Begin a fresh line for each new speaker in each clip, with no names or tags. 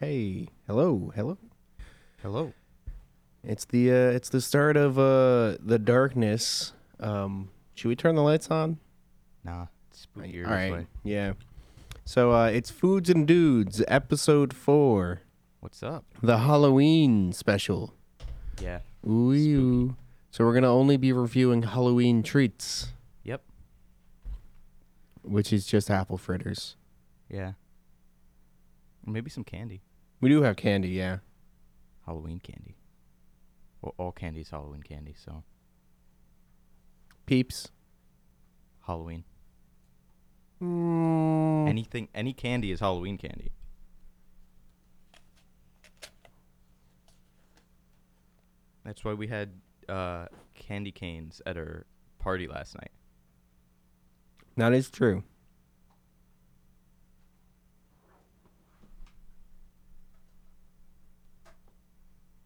Hey, hello, hello.
Hello.
It's the uh, it's the start of uh, the darkness. Um, should we turn the lights on?
Nah. It's spookier
All
this
right.
way.
Yeah. So uh, it's Foods and Dudes, episode four,
What's up?
the Halloween special.
Yeah.
Ooh. you. So we're gonna only be reviewing Halloween treats,
Yep.
which is just apple fritters.
Yeah. Maybe some candy.
We do have candy, yeah.
Halloween candy. Well, all candy is Halloween candy, so
Peeps.
Halloween.
Mm.
Anything, any candy is Halloween candy. That's why we had uh, candy canes at our party last night.
That is true.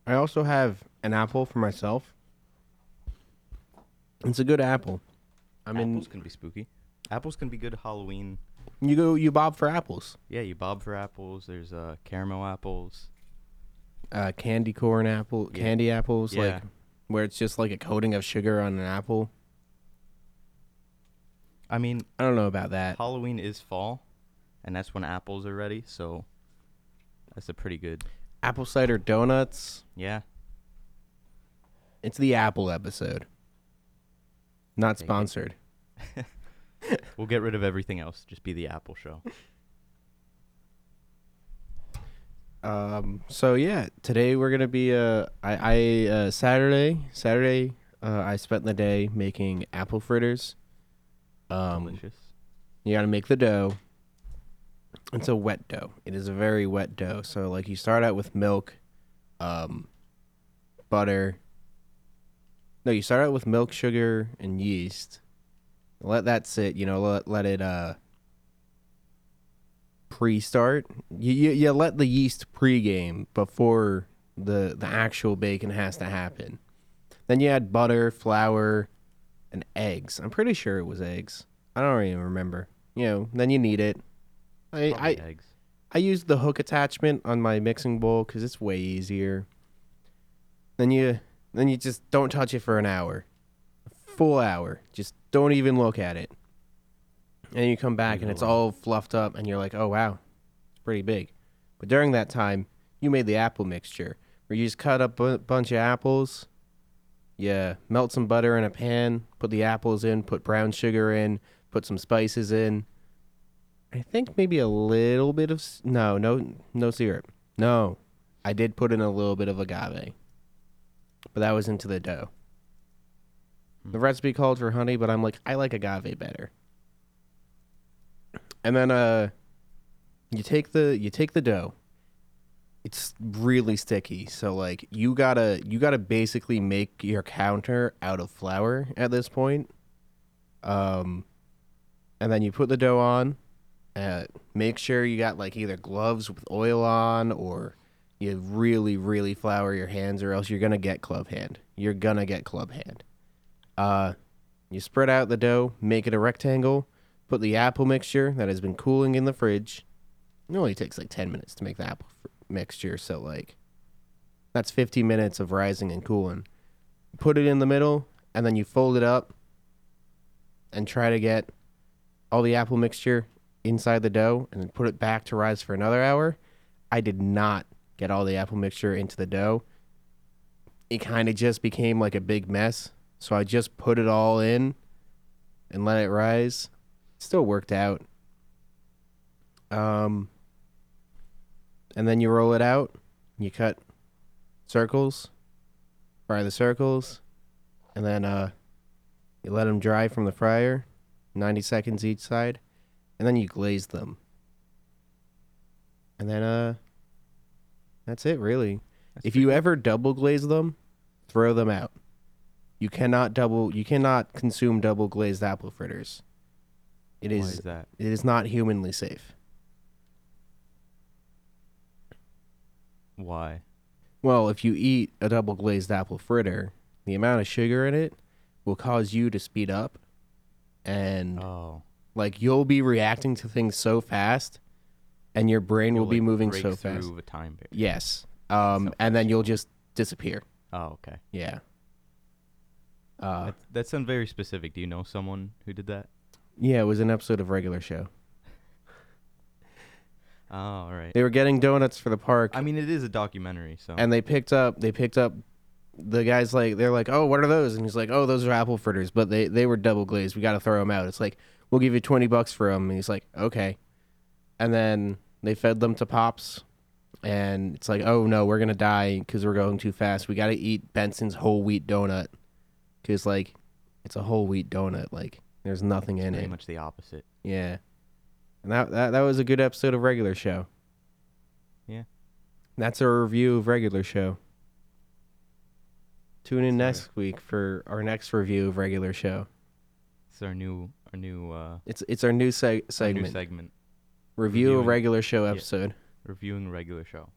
I also have an apple for myself. It's a good apple. I mean,
apples can be spooky. Apples can be good Halloween.
you go you bob for apples.
Yeah, you bob for apples. There's uh, caramel apples.
Uh, candy corn apple,
Yeah.
candy apples,
Yeah.
like where it's just like a coating of sugar on an apple.
I mean,
I don't know about that.
Halloween is fall, and that's when apples are ready. So that's a pretty good.
Apple cider donuts.
Yeah,
It's the apple episode. Not
Take it.
sponsored.
we'll get rid of everything else. Just be the apple show.
Um, so yeah, today we're gonna be uh, I, I uh, Saturday Saturday uh, I spent the day making apple fritters. Um,
Delicious.
you gotta make the dough. It's a wet dough. It is a very wet dough. So like you start out with milk, um, butter. No, you start out with milk, sugar, and yeast. Let that sit. You know, let let it uh. Pre-start, you you, you let the yeast pre-game before the the actual bacon has to happen. Then you add butter, flour, and eggs. I'm pretty sure it was eggs. I don't even remember. You know, then you knead it. I,
Probably
I
eggs.
I use the hook attachment on my mixing bowl because it's way easier. Then you then you just don't touch it for an hour, a full hour. Just don't even look at it. And you come back
Leave
and
it
it's
alone.
all fluffed up, and you're like, oh wow, it's pretty big. But during that time, you made the apple mixture where you just cut up a bunch of apples. Yeah, melt some butter in a pan, put the apples in, put brown sugar in, put some spices in. I think maybe a little bit of s- no, no, no syrup. No, I did put in a little bit of agave, but that was into the dough. The recipe called for honey, but I'm like, I like agave better. And then uh, you take the you take the dough. It's really sticky, so like you gotta you gotta basically make your counter out of flour at this point. Um, and then you put the dough on. Uh, make sure you got like either gloves with oil on or you really really flour your hands or else you're gonna get club hand you're gonna get club hand uh, you spread out the dough make it a rectangle put the apple mixture that has been cooling in the fridge it only takes like 10 minutes to make the apple fr- mixture so like that's 50 minutes of rising and cooling put it in the middle and then you fold it up and try to get all the apple mixture inside the dough and then put it back to rise for another hour. I did not get all the apple mixture into the dough. It kind of just became like a big mess. So I just put it all in and let it rise. Still worked out. Um, and then you roll it out. You cut circles, fry the circles, and then uh, you let them dry from the fryer, 90 seconds each side and then you glaze them. And then uh that's it really.
That's
if you ever double glaze them, throw them out. You cannot double you cannot consume double glazed apple fritters. It
Why
is
is that?
it is not humanly safe.
Why?
Well, if you eat a double glazed apple fritter, the amount of sugar in it will cause you to speed up and
Oh,
Like you'll be reacting to things so fast, and your brain will
You'll,
be
Oh, like,
moving
break
so
through
fast.
a time period.
Yes. Um,
So
and then you'll just disappear.
Oh, okay.
Yeah. Uh,
That, that sounds very specific. Do you know someone who did that?
yeah, it was an episode of regular show.
Oh, all right.
They were getting donuts for the park,
I mean, it is a documentary, so
and they picked up. They picked up. The guys like they're like, oh, what are those? And he's like, oh, those are apple fritters, but they they were double glazed. We got to throw them out. It's like we'll give you twenty bucks for them, and he's like, okay. And then they fed them to pops, and it's like, oh no, we're gonna die because we're going too fast. We got to eat Benson's whole wheat donut because like it's a whole wheat donut. Like there's nothing in
pretty
it.
much the opposite.
Yeah. And that, that that was a good episode of regular show.
Yeah.
That's our review of regular show. Tune in
Sorry.
next week for our next review of regular show.
It's our new, our new, uh,
It's it's our new seg-
our new
segment.
segment
review a
Reviewing-
regular show episode.
reviewing regular show.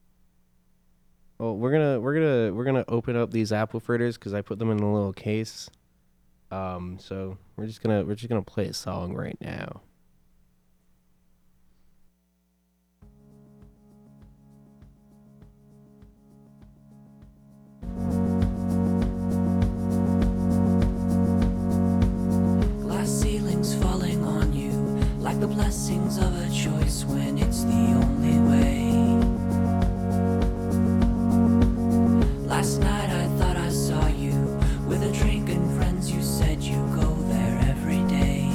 Well, we're gonna we're gonna we're gonna open up these apple fritters because I put them in a little case. Um, so we're just gonna we're just gonna play a song right now.
Glass ceilings falling on you like the blessings of a choice when it's the only way. Last night I thought I saw you with a drink and friends. You said you go there every day.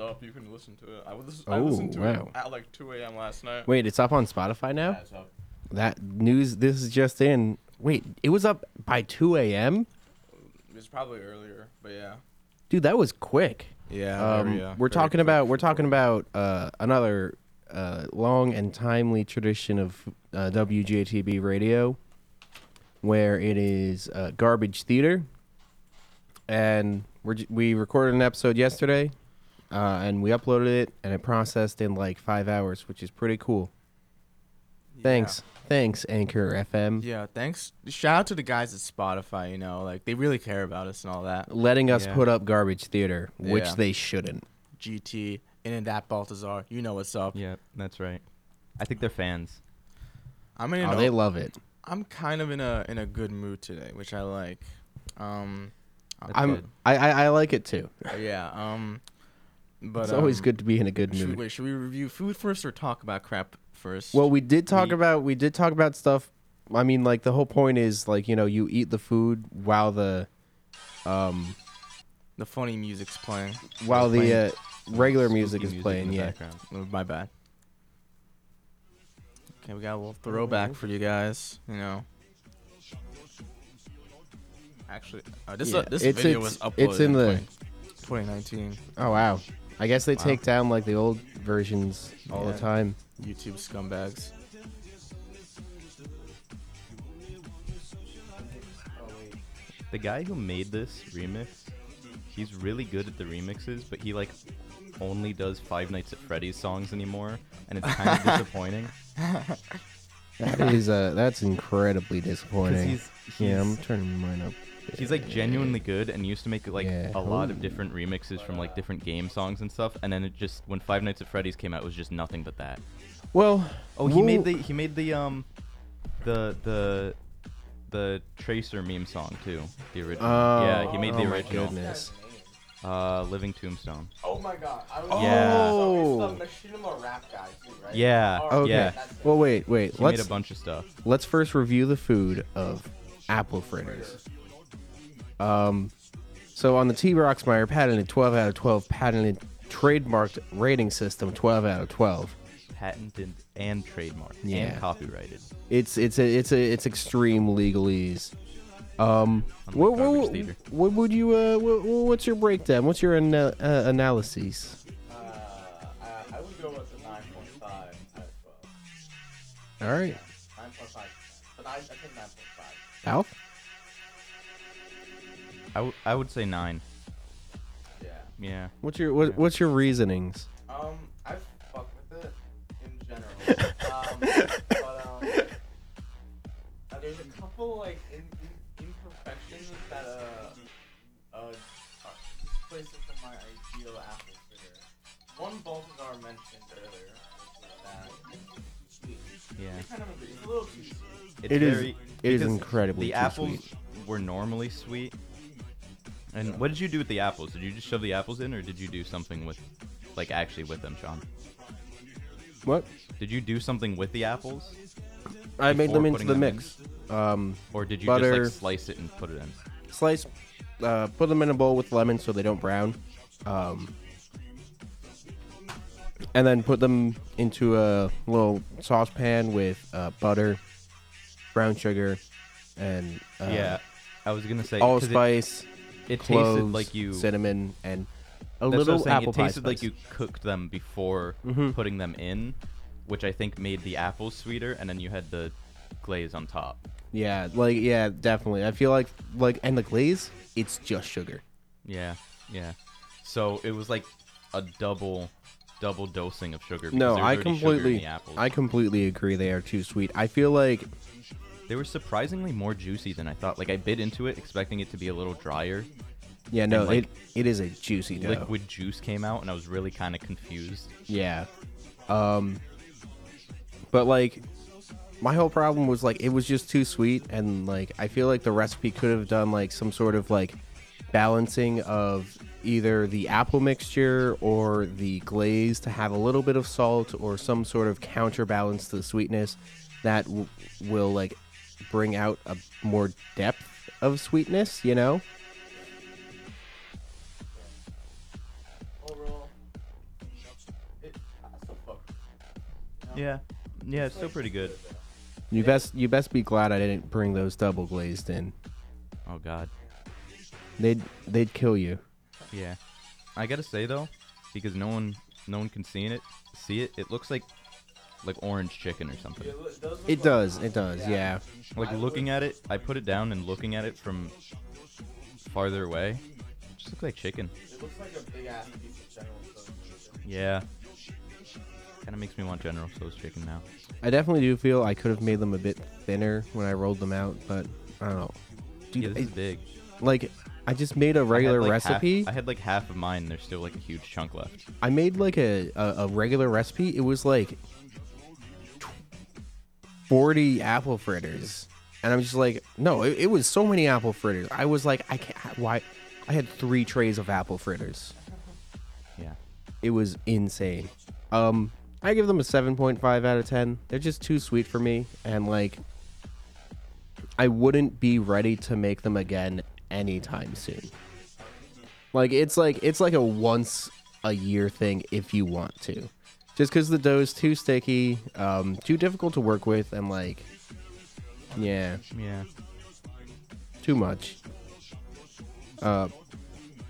up. You can listen to it. I, was, I listened
Oh,
to
wow.
it at like 2 a.m. last night.
Wait, it's up on Spotify now.
Yeah, it's up.
That news. This is just in. Wait, it was up by 2 a.m.
It's probably earlier, but yeah.
Dude, that was quick.
Yeah,
Um, we're talking about we're talking about uh, another uh, long and timely tradition of uh, WJTB radio, where it is uh, garbage theater, and we're, j- we recorded an episode yesterday, uh, and we uploaded it, and it processed in like five hours, which is pretty cool. Thanks, thanks, Anchor FM,
Yeah, thanks. Shout out to the guys at Spotify. You know, like they really care about us and all that.
letting us
Yeah.
put up garbage theater, which
Yeah.
they shouldn't.
GT and in that Baltazar, you know what's up.
Yeah, that's right. I think they're fans.
I mean, you
Oh,
know,
they love it.
I'm kind of in a in a good mood today, which I like. Um,
That's good.
I'm I, I I like it too.
yeah. Um, but
it's always
um,
good to be in a good
Should,
mood.
wait, should we review food first or talk about crap first?
Well, we did talk
we-
about we did talk about stuff. I mean, like the whole point is like you know you eat the food while the um
the funny music's playing.
while
playing-
the uh, regular music
Spooky
is
in
playing.
the
Yeah,
background.
Oh, My bad. Okay, we got a little
Mm-hmm.
throwback for you guys. You know. Actually, uh, this
Yeah,
this
it's-
video
it's-
was uploaded.
it's in the-
20- 2019
Oh wow. I guess they
Wow.
take down like the old versions all
Yeah.
the time.
YouTube scumbags.
The guy who made this remix, he's really good at the remixes, but he like only does Five Nights at Freddy's songs anymore, and it's kind of disappointing.
That is uh that's incredibly disappointing.
he's-
yeah, I'm
he's-
turning mine up.
He's like genuinely good and used to make like
Yeah.
a lot of different remixes from like different game songs and stuff, and then it just when Five Nights at Freddy's came out, it was just nothing but that.
Well,
Oh, he made the
we'll-
he made the um the the the Tracer meme song too, the original. yeah, he made
oh
the
my
original.
goodness.
Uh, Living Tombstone.
Oh my god! I was
Yeah.
Oh.
Machinima rap guy too, right?
Yeah.
Okay.
Yeah.
Well, wait, wait.
He made
let's
a bunch of stuff.
let's first review the food of apple fritters. Um, so on the T. Roxmeyer patented 12 out of 12 patented trademarked rating system, 12 out of 12.
patented and trademarked
Yeah.
and copyrighted.
It's it's a, it's a, it's extreme legalese. Um, what,
Garbage
what,
Theater.
what would you uh, what, what's your breakdown? What's your ana- uh, analyses?
Uh, I, I would go with a 9.5 out of 12.
All right,
9.5. But I, I think 9.5.
Al.
I, w- I would say nine.
Yeah.
Yeah.
What's your what, what's your reasonings?
Um, I fuck with it in general. um, but um, uh, there's a couple like in, in, imperfections that uh, uh, are displaced from my ideal apple fritter. One Baltazar mentioned earlier was that it's sweet.
Yeah.
I kind of agree. It's a little too sweet.
It's
It is-
very-
it is
because
incredibly
The
too
apples were normally sweet. And what did you do with the apples? Did you just shove the apples in, or did you do something with, like actually with them, Sean?
What?
Did you do something with the apples,
I made
Before
them into
putting
the
them in?
mix. Um,
or did you
Butter.
just like slice it and put it in?
slice, uh, put them in a bowl with lemon so they don't brown, um, and then put them into a little saucepan with uh, butter, brown sugar, and uh,
yeah. I was gonna say 'cause
allspice,
It, it tasted
cloves,
like you.
cinnamon, and a
That's what I was
little
saying,
apple
It
pie
tasted like you
spice. Mm-hmm.
cooked them before putting them in, which I think made the apples sweeter, and then you had the glaze on top.
Yeah, like yeah, definitely. I feel like like and the glaze, it's just sugar.
Yeah, yeah. So it was like a double, double dosing of sugar. because
No, I
there was already sugar In
completely,
the apples.
I completely agree. They are too sweet. I feel like
They were surprisingly more juicy than I thought. Like I bit into it, expecting it to be a little drier.
yeah, no,
like,
it it is a juicy dough.
Liquid juice came out, and I was really kind of confused.
Yeah. Um but like my whole problem was like it was just too sweet and like I feel like the recipe could have done like some sort of like balancing of either the apple mixture or the glaze to have a little bit of salt or some sort of counterbalance to the sweetness that w- will like bring out a more depth of sweetness, you know?
Overall,
Yeah, yeah, it's still pretty good.
You best you best be glad I didn't bring those double glazed in.
Oh God.
They'd they'd kill you.
Yeah. I gotta say though, because no one no one can see it see it, it looks like like orange chicken or something.
It, lo- does look
It
like-
does, it does, yeah.
Like looking at it, I put it down and looking at it from farther away. It just looked like chicken.
It looks like a big ass piece of general so's chicken.
Yeah. Kinda makes me want General Tso's chicken now.
I definitely do feel I could have made them a bit thinner when I rolled them out, but I don't know. Dude,
Yeah, this is
I-
big.
like I just made a regular
I had, like, half-
recipe.
I had like half of mine. There's still like a huge chunk left.
I made like a, a, a regular recipe. It was like tw- 40 apple fritters. And I'm just like, no, it, it was so many apple fritters. I was like, I can't, why? I had three trays of apple fritters.
Yeah.
It was insane. Um, I give them a 7.5 out of 10. They're just too sweet for me. And like, I wouldn't be ready to make them again anytime soon. Like it's like it's like a once a year thing if you want to. Just because the dough is too sticky, um, too difficult to work with, and like, yeah,
Yeah.
too much. Uh,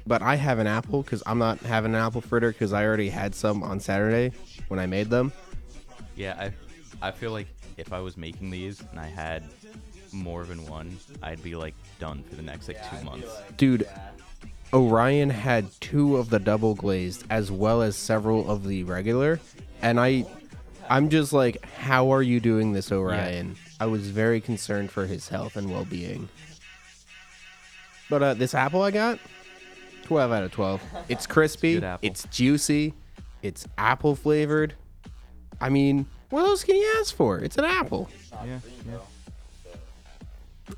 but I have an apple because I'm not having an apple fritter because I already had some on Saturday when I made them.
Yeah, I I feel like if I was making these and I had more than one, I'd be like done for the next like
Yeah,
two
I'd be
months.
like,
Dude.
yeah.
Orion had two of the double glazed as well as several of the regular, and I, I'm just like, how are you doing this, Orion? I was very concerned for his health and well being. But uh, this apple I got, twelve out of twelve. It's crispy.
good apple.
it's juicy. It's apple flavored. I mean, what else can you ask for? It's an apple.
It's not
Yeah,
green,
yeah.
though.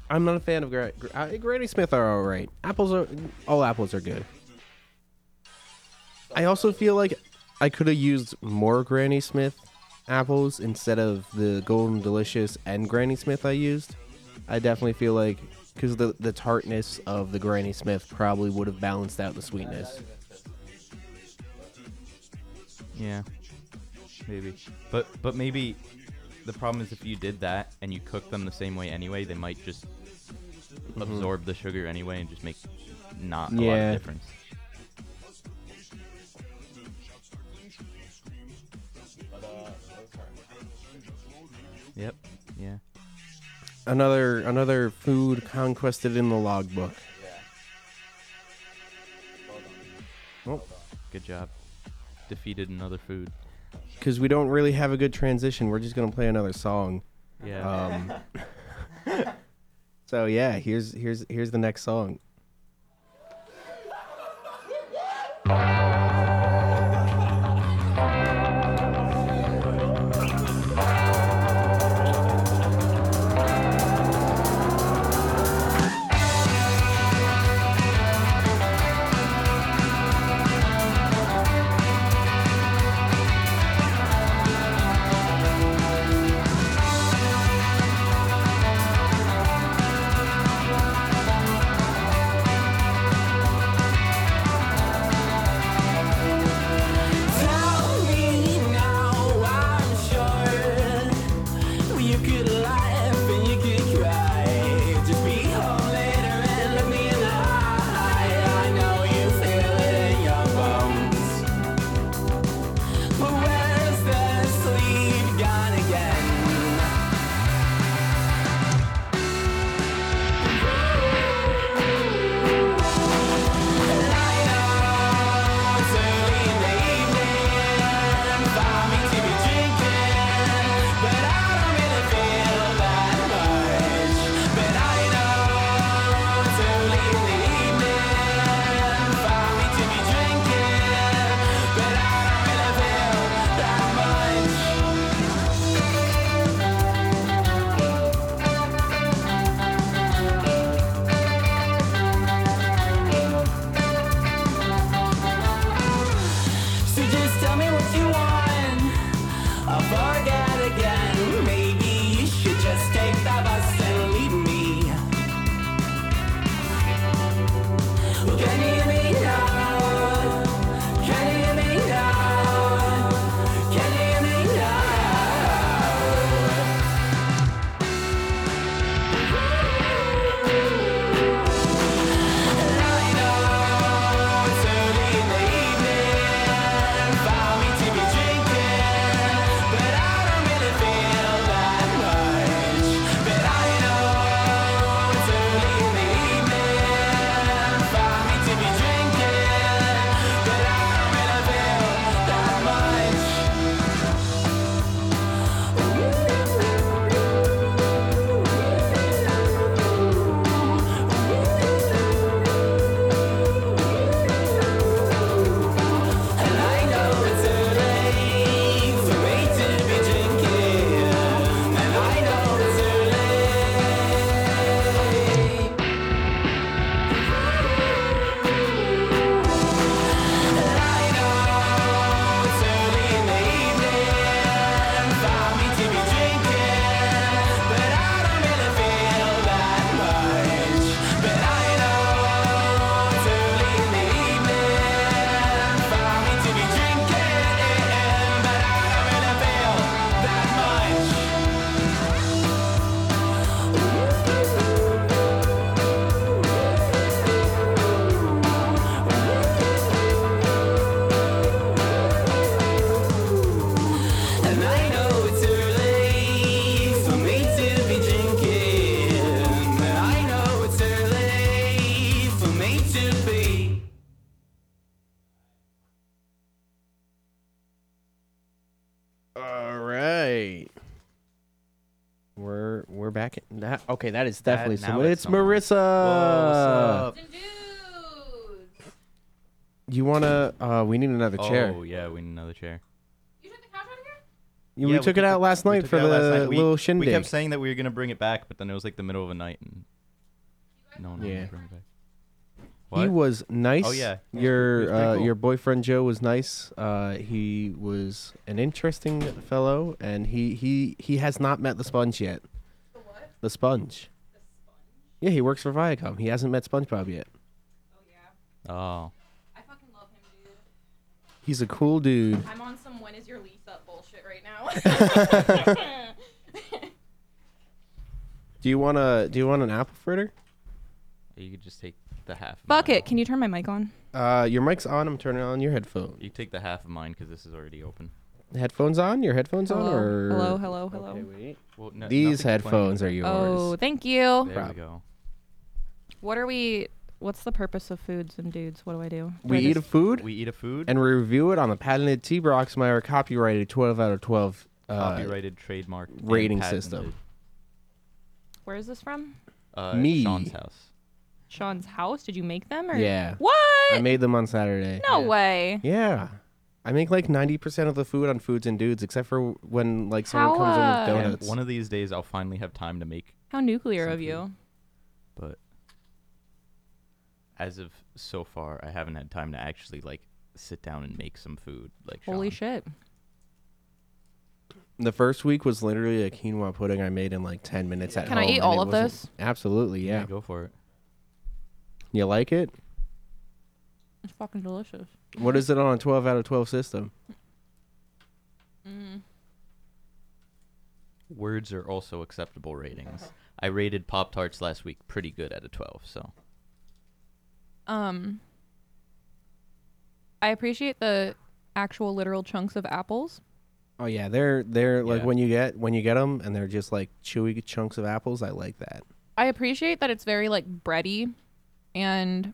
I'm not a fan of Gra- Gra- uh, Granny Smith are all right. Apples are all apples are good. I also feel like I could have used more Granny Smith apples instead of the Golden Delicious and Granny Smith I used. I definitely feel like because the the tartness of the Granny Smith probably would have balanced out the sweetness.
Yeah, maybe. But but maybe the problem is if you did that and you cook them the same way anyway, they might just absorb the sugar anyway and just make not a lot
Yeah.
of difference.
But, uh, those are-
Yep. Yeah.
Another another food conquested in the logbook.
yeah. Well done.
Good job. Defeated another food.
Because we don't really have a good transition. We're just gonna play another song.
Yeah.
Um, so yeah, here's here's here's the next song.
Thank
All right. We're we're back. In that, okay, that is definitely
now
someone. It's
it's someone.
Marissa.
Whoa, what's
Some dudes.
You wanna? Uh, we need another chair.
Oh yeah, we need another chair.
You took the couch out of here?
You- we took it out last night for the little shindig.
We kept saying that we were gonna bring it back, but then it was like the middle of the night, and no one
Yeah.
yeah. bring it back.
He
What? Oh,
was nice.
yeah. He was pretty- he was
Your
pretty
uh,
cool.
your boyfriend Joe was nice. Uh, he was an interesting fellow, and he he he has not met the sponge yet.
The what?
The sponge.
The sponge.
Yeah, he works for Viacom. He hasn't met SpongeBob yet.
Oh yeah.
oh,
I fucking love him, dude.
He's a cool dude.
I'm on some when is your lease up bullshit right now.
Do you want a Do you want an apple fritter?
you could just take the half. of
Fuck
mine.
it. Can you turn my mic on?
Uh, your mic's on. I'm turning on your headphone.
You take the half of mine because this is already open.
Headphones on. Your headphones on.
Hello.
Or
Hello, hello, hello.
Okay, wait.
Well, no,
These
nothing's playing.
headphones are
oh,
yours.
thank you.
There
Prob-
we go.
What are we? What's the purpose of foods and dudes? What do I do? Do
we
I
eat a
just-
food
We eat a food.
and we review it on the patented T. Broxmeyer copyrighted 12 out of 12. Uh,
copyrighted trademark and
rating
patented.
system.
Where is this from?
Uh,
Me.
Sean's house.
Sean's house. Did you make them or?
Yeah.
What?
I made them on Saturday.
no way.
Yeah. I make like 90% of the food on Foods and Dudes, except for when like someone
How,
comes in
uh,
with
And
donuts.
one of these days, I'll finally have time to make.
How nuclear of
Some
you.
But as of so far, I haven't had time to actually like sit down and make some food. Like
Holy
Sean.
shit.
the first week was literally a quinoa pudding I made in like 10 minutes at
Can I
home.
eat
and
all
it
of
wasn't-
this?
Absolutely,
Yeah,
yeah.
go for it.
You like it?
It's fucking delicious.
What is it on a 12 out of 12 system?
Words are also acceptable ratings. I rated Pop Tarts last week pretty good out of 12, so
Um, I appreciate the actual literal chunks of apples.
Oh yeah, they're they're like
Yeah.
when you get when you get them and they're just like chewy chunks of apples. I like that.
I appreciate that it's very like bready, and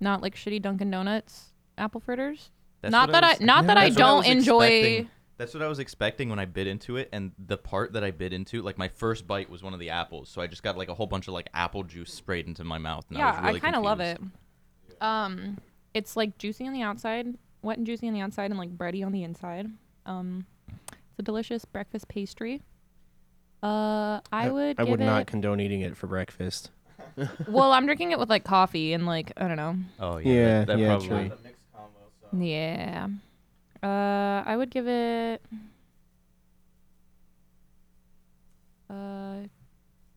not like shitty Dunkin' Donuts apple fritters.
that's
not
what
that I,
was-
not that I
that's what
don't
was
enjoy.
expecting- That's what I was expecting when I bit into it, and the part that I bit into, like my first bite was one of the apples, so I just got like a whole bunch of like apple juice sprayed into my mouth. And
yeah,
I, really
kind of love it.
confused.
Um, it's like juicy on the outside, wet and juicy on the outside, and like bready on the inside. Um, it's a delicious breakfast pastry. Uh, I would.
I
give
would
it,
not condone eating it for breakfast.
Well, I'm drinking it with like coffee and like I don't know.
Oh yeah,
Yeah,
that, that
yeah,
probably.
true.
The mixed combo, so.
Yeah. Uh, I would give it. Uh,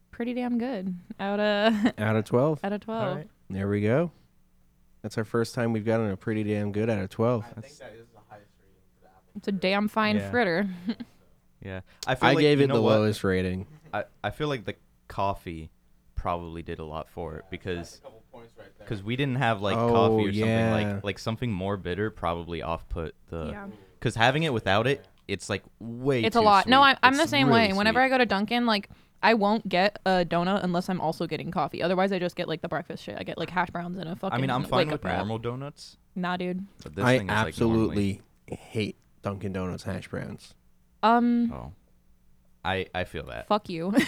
pretty damn good out of
Out of 12.
out of twelve.
right.
There we go. That's our first time we've gotten a pretty damn good out of 12.
I think that is the highest rating for the apple.
It's a damn fine
Yeah.
fritter.
Yeah, I, feel
I
like,
gave
you
it
know
the
what?
lowest rating.
I, I feel like the coffee probably did a lot for it
That's
because
a couple points right there.
because we didn't have like
Oh,
coffee or something
yeah.
like like something more bitter probably off put the
Yeah.
because having it without it it's like way
it's a
too
lot. No,
sweet.
I'm I'm the
It's
same
really
way. Whenever
sweet.
I go to Dunkin', like I won't get a donut unless I'm also getting coffee. Otherwise, I just get like the breakfast shit. I get like hash browns and a fucking.
I mean I'm
wake
fine
up
with
wrap.
normal donuts
Nah, dude.
but this
I
thing is like normally-
absolutely hate Dunkin' Donuts hash browns.
Um,
oh I I feel that
fuck you.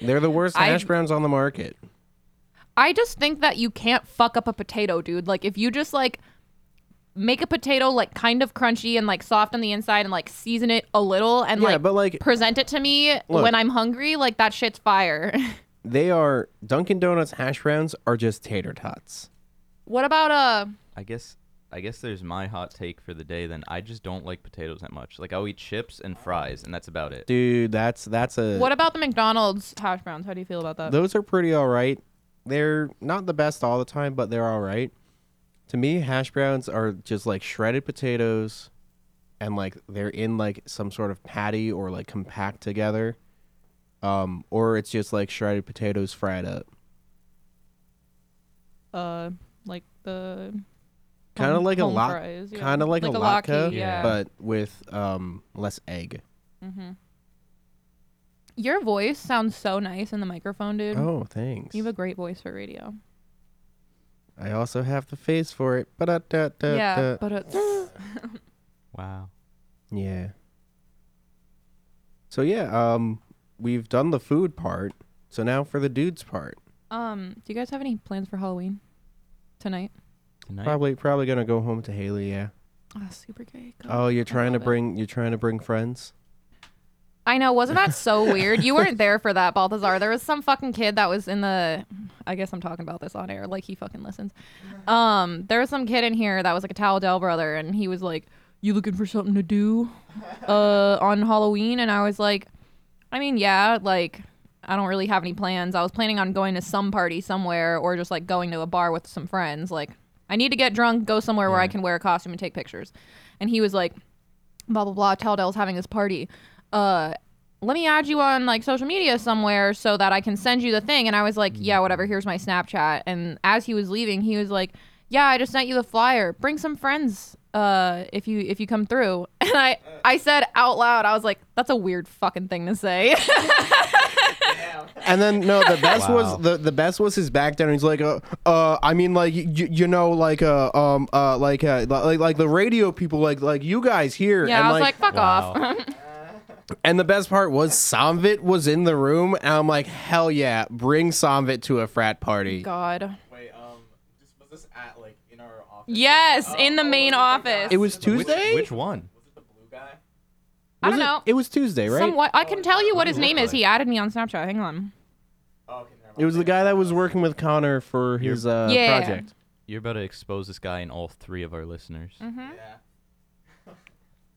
They're the worst
I-
hash browns on the market.
I just think that you can't fuck up a potato, dude. Like if you just like make a potato like kind of crunchy and like soft on the inside and like season it a little and
Yeah,
like,
but, like-
present it to me when I'm hungry, like that shit's fire.
They are Dunkin' Donuts hash browns are just tater tots.
what about uh
I guess I guess there's my hot take for the day then I just don't like potatoes that much like I'll eat chips and fries and that's about it
Dude, that's that's a
what about the McDonald's hash browns? How do you feel about that?
Those are pretty all right. They're not the best all the time, but they're all right. To me, hash browns are just like shredded potatoes and like they're in like some sort of patty or like compact together. Um, or it's just like shredded potatoes fried up.
uh like the
Kind of
Home-
like a
home
lot,
fries, yeah.
kind of like,
Like
a
a
latke,
latke, yeah.
but with um less egg.
your voice sounds so nice in the microphone, dude.
Oh, thanks.
You have a great voice for radio.
I also have the face for it. But
yeah, but it's
wow
yeah. So yeah, um, we've done the food part. So now for the dudes part.
Um, do you guys have any plans for Halloween tonight?
Tonight?
Probably probably gonna go home to Haley. Yeah.
Ah, super gay. God,
Oh,
I
you're trying to
love it.
bring you're trying to bring friends.
I know. Wasn't that so weird? You weren't there for that, Balthazar. There was some fucking kid that was in the. I guess I'm talking about this on air. Like he fucking listens. Um, there was some kid in here that was like a Tal Del brother, and he was like, "You looking for something to do, uh, on Halloween?" And I was like, "I mean, yeah. Like, I don't really have any plans. I was planning on going to some party somewhere, or just like going to a bar with some friends. Like, I need to get drunk, go somewhere where I can wear a costume and take pictures." And he was like, blah blah blah Taldell's having this party uh let me add you on like social media somewhere so that I can send you the thing and I was like yeah whatever here's my Snapchat and as he was leaving he was like yeah I just sent you the flyer bring some friends uh if you if you come through and I I said out loud I was like that's a weird fucking thing to say
And then no, the best
Wow.
was the, the best was his back down. He's like, uh, uh I mean, like y- y- you know, like uh, um, uh, like uh, li- like like the radio people, like like you guys here.
yeah
and
I was like, fuck
Wow.
off
and the best part was Somvit was in the room, and I'm like, hell yeah, bring Somvit to a frat party.
Oh, god
Wait, um, this, was this at like in our office?
yes
Oh,
in the
oh,
main
was it the guy-
office
It was
Which,
Tuesday.
which one?
Was it the blue guy?
I
Was
don't
it-
know.
It was Tuesday, right?
somewhat I can tell you what his
What did he
name
look
is he added me on Snapchat hang on
Oh, okay, never mind.
It was the guy that was working with Connor for
Yep.
his uh,
Yeah.
project.
You're about to expose this guy and all three of our listeners.
Mm-hmm.
Yeah.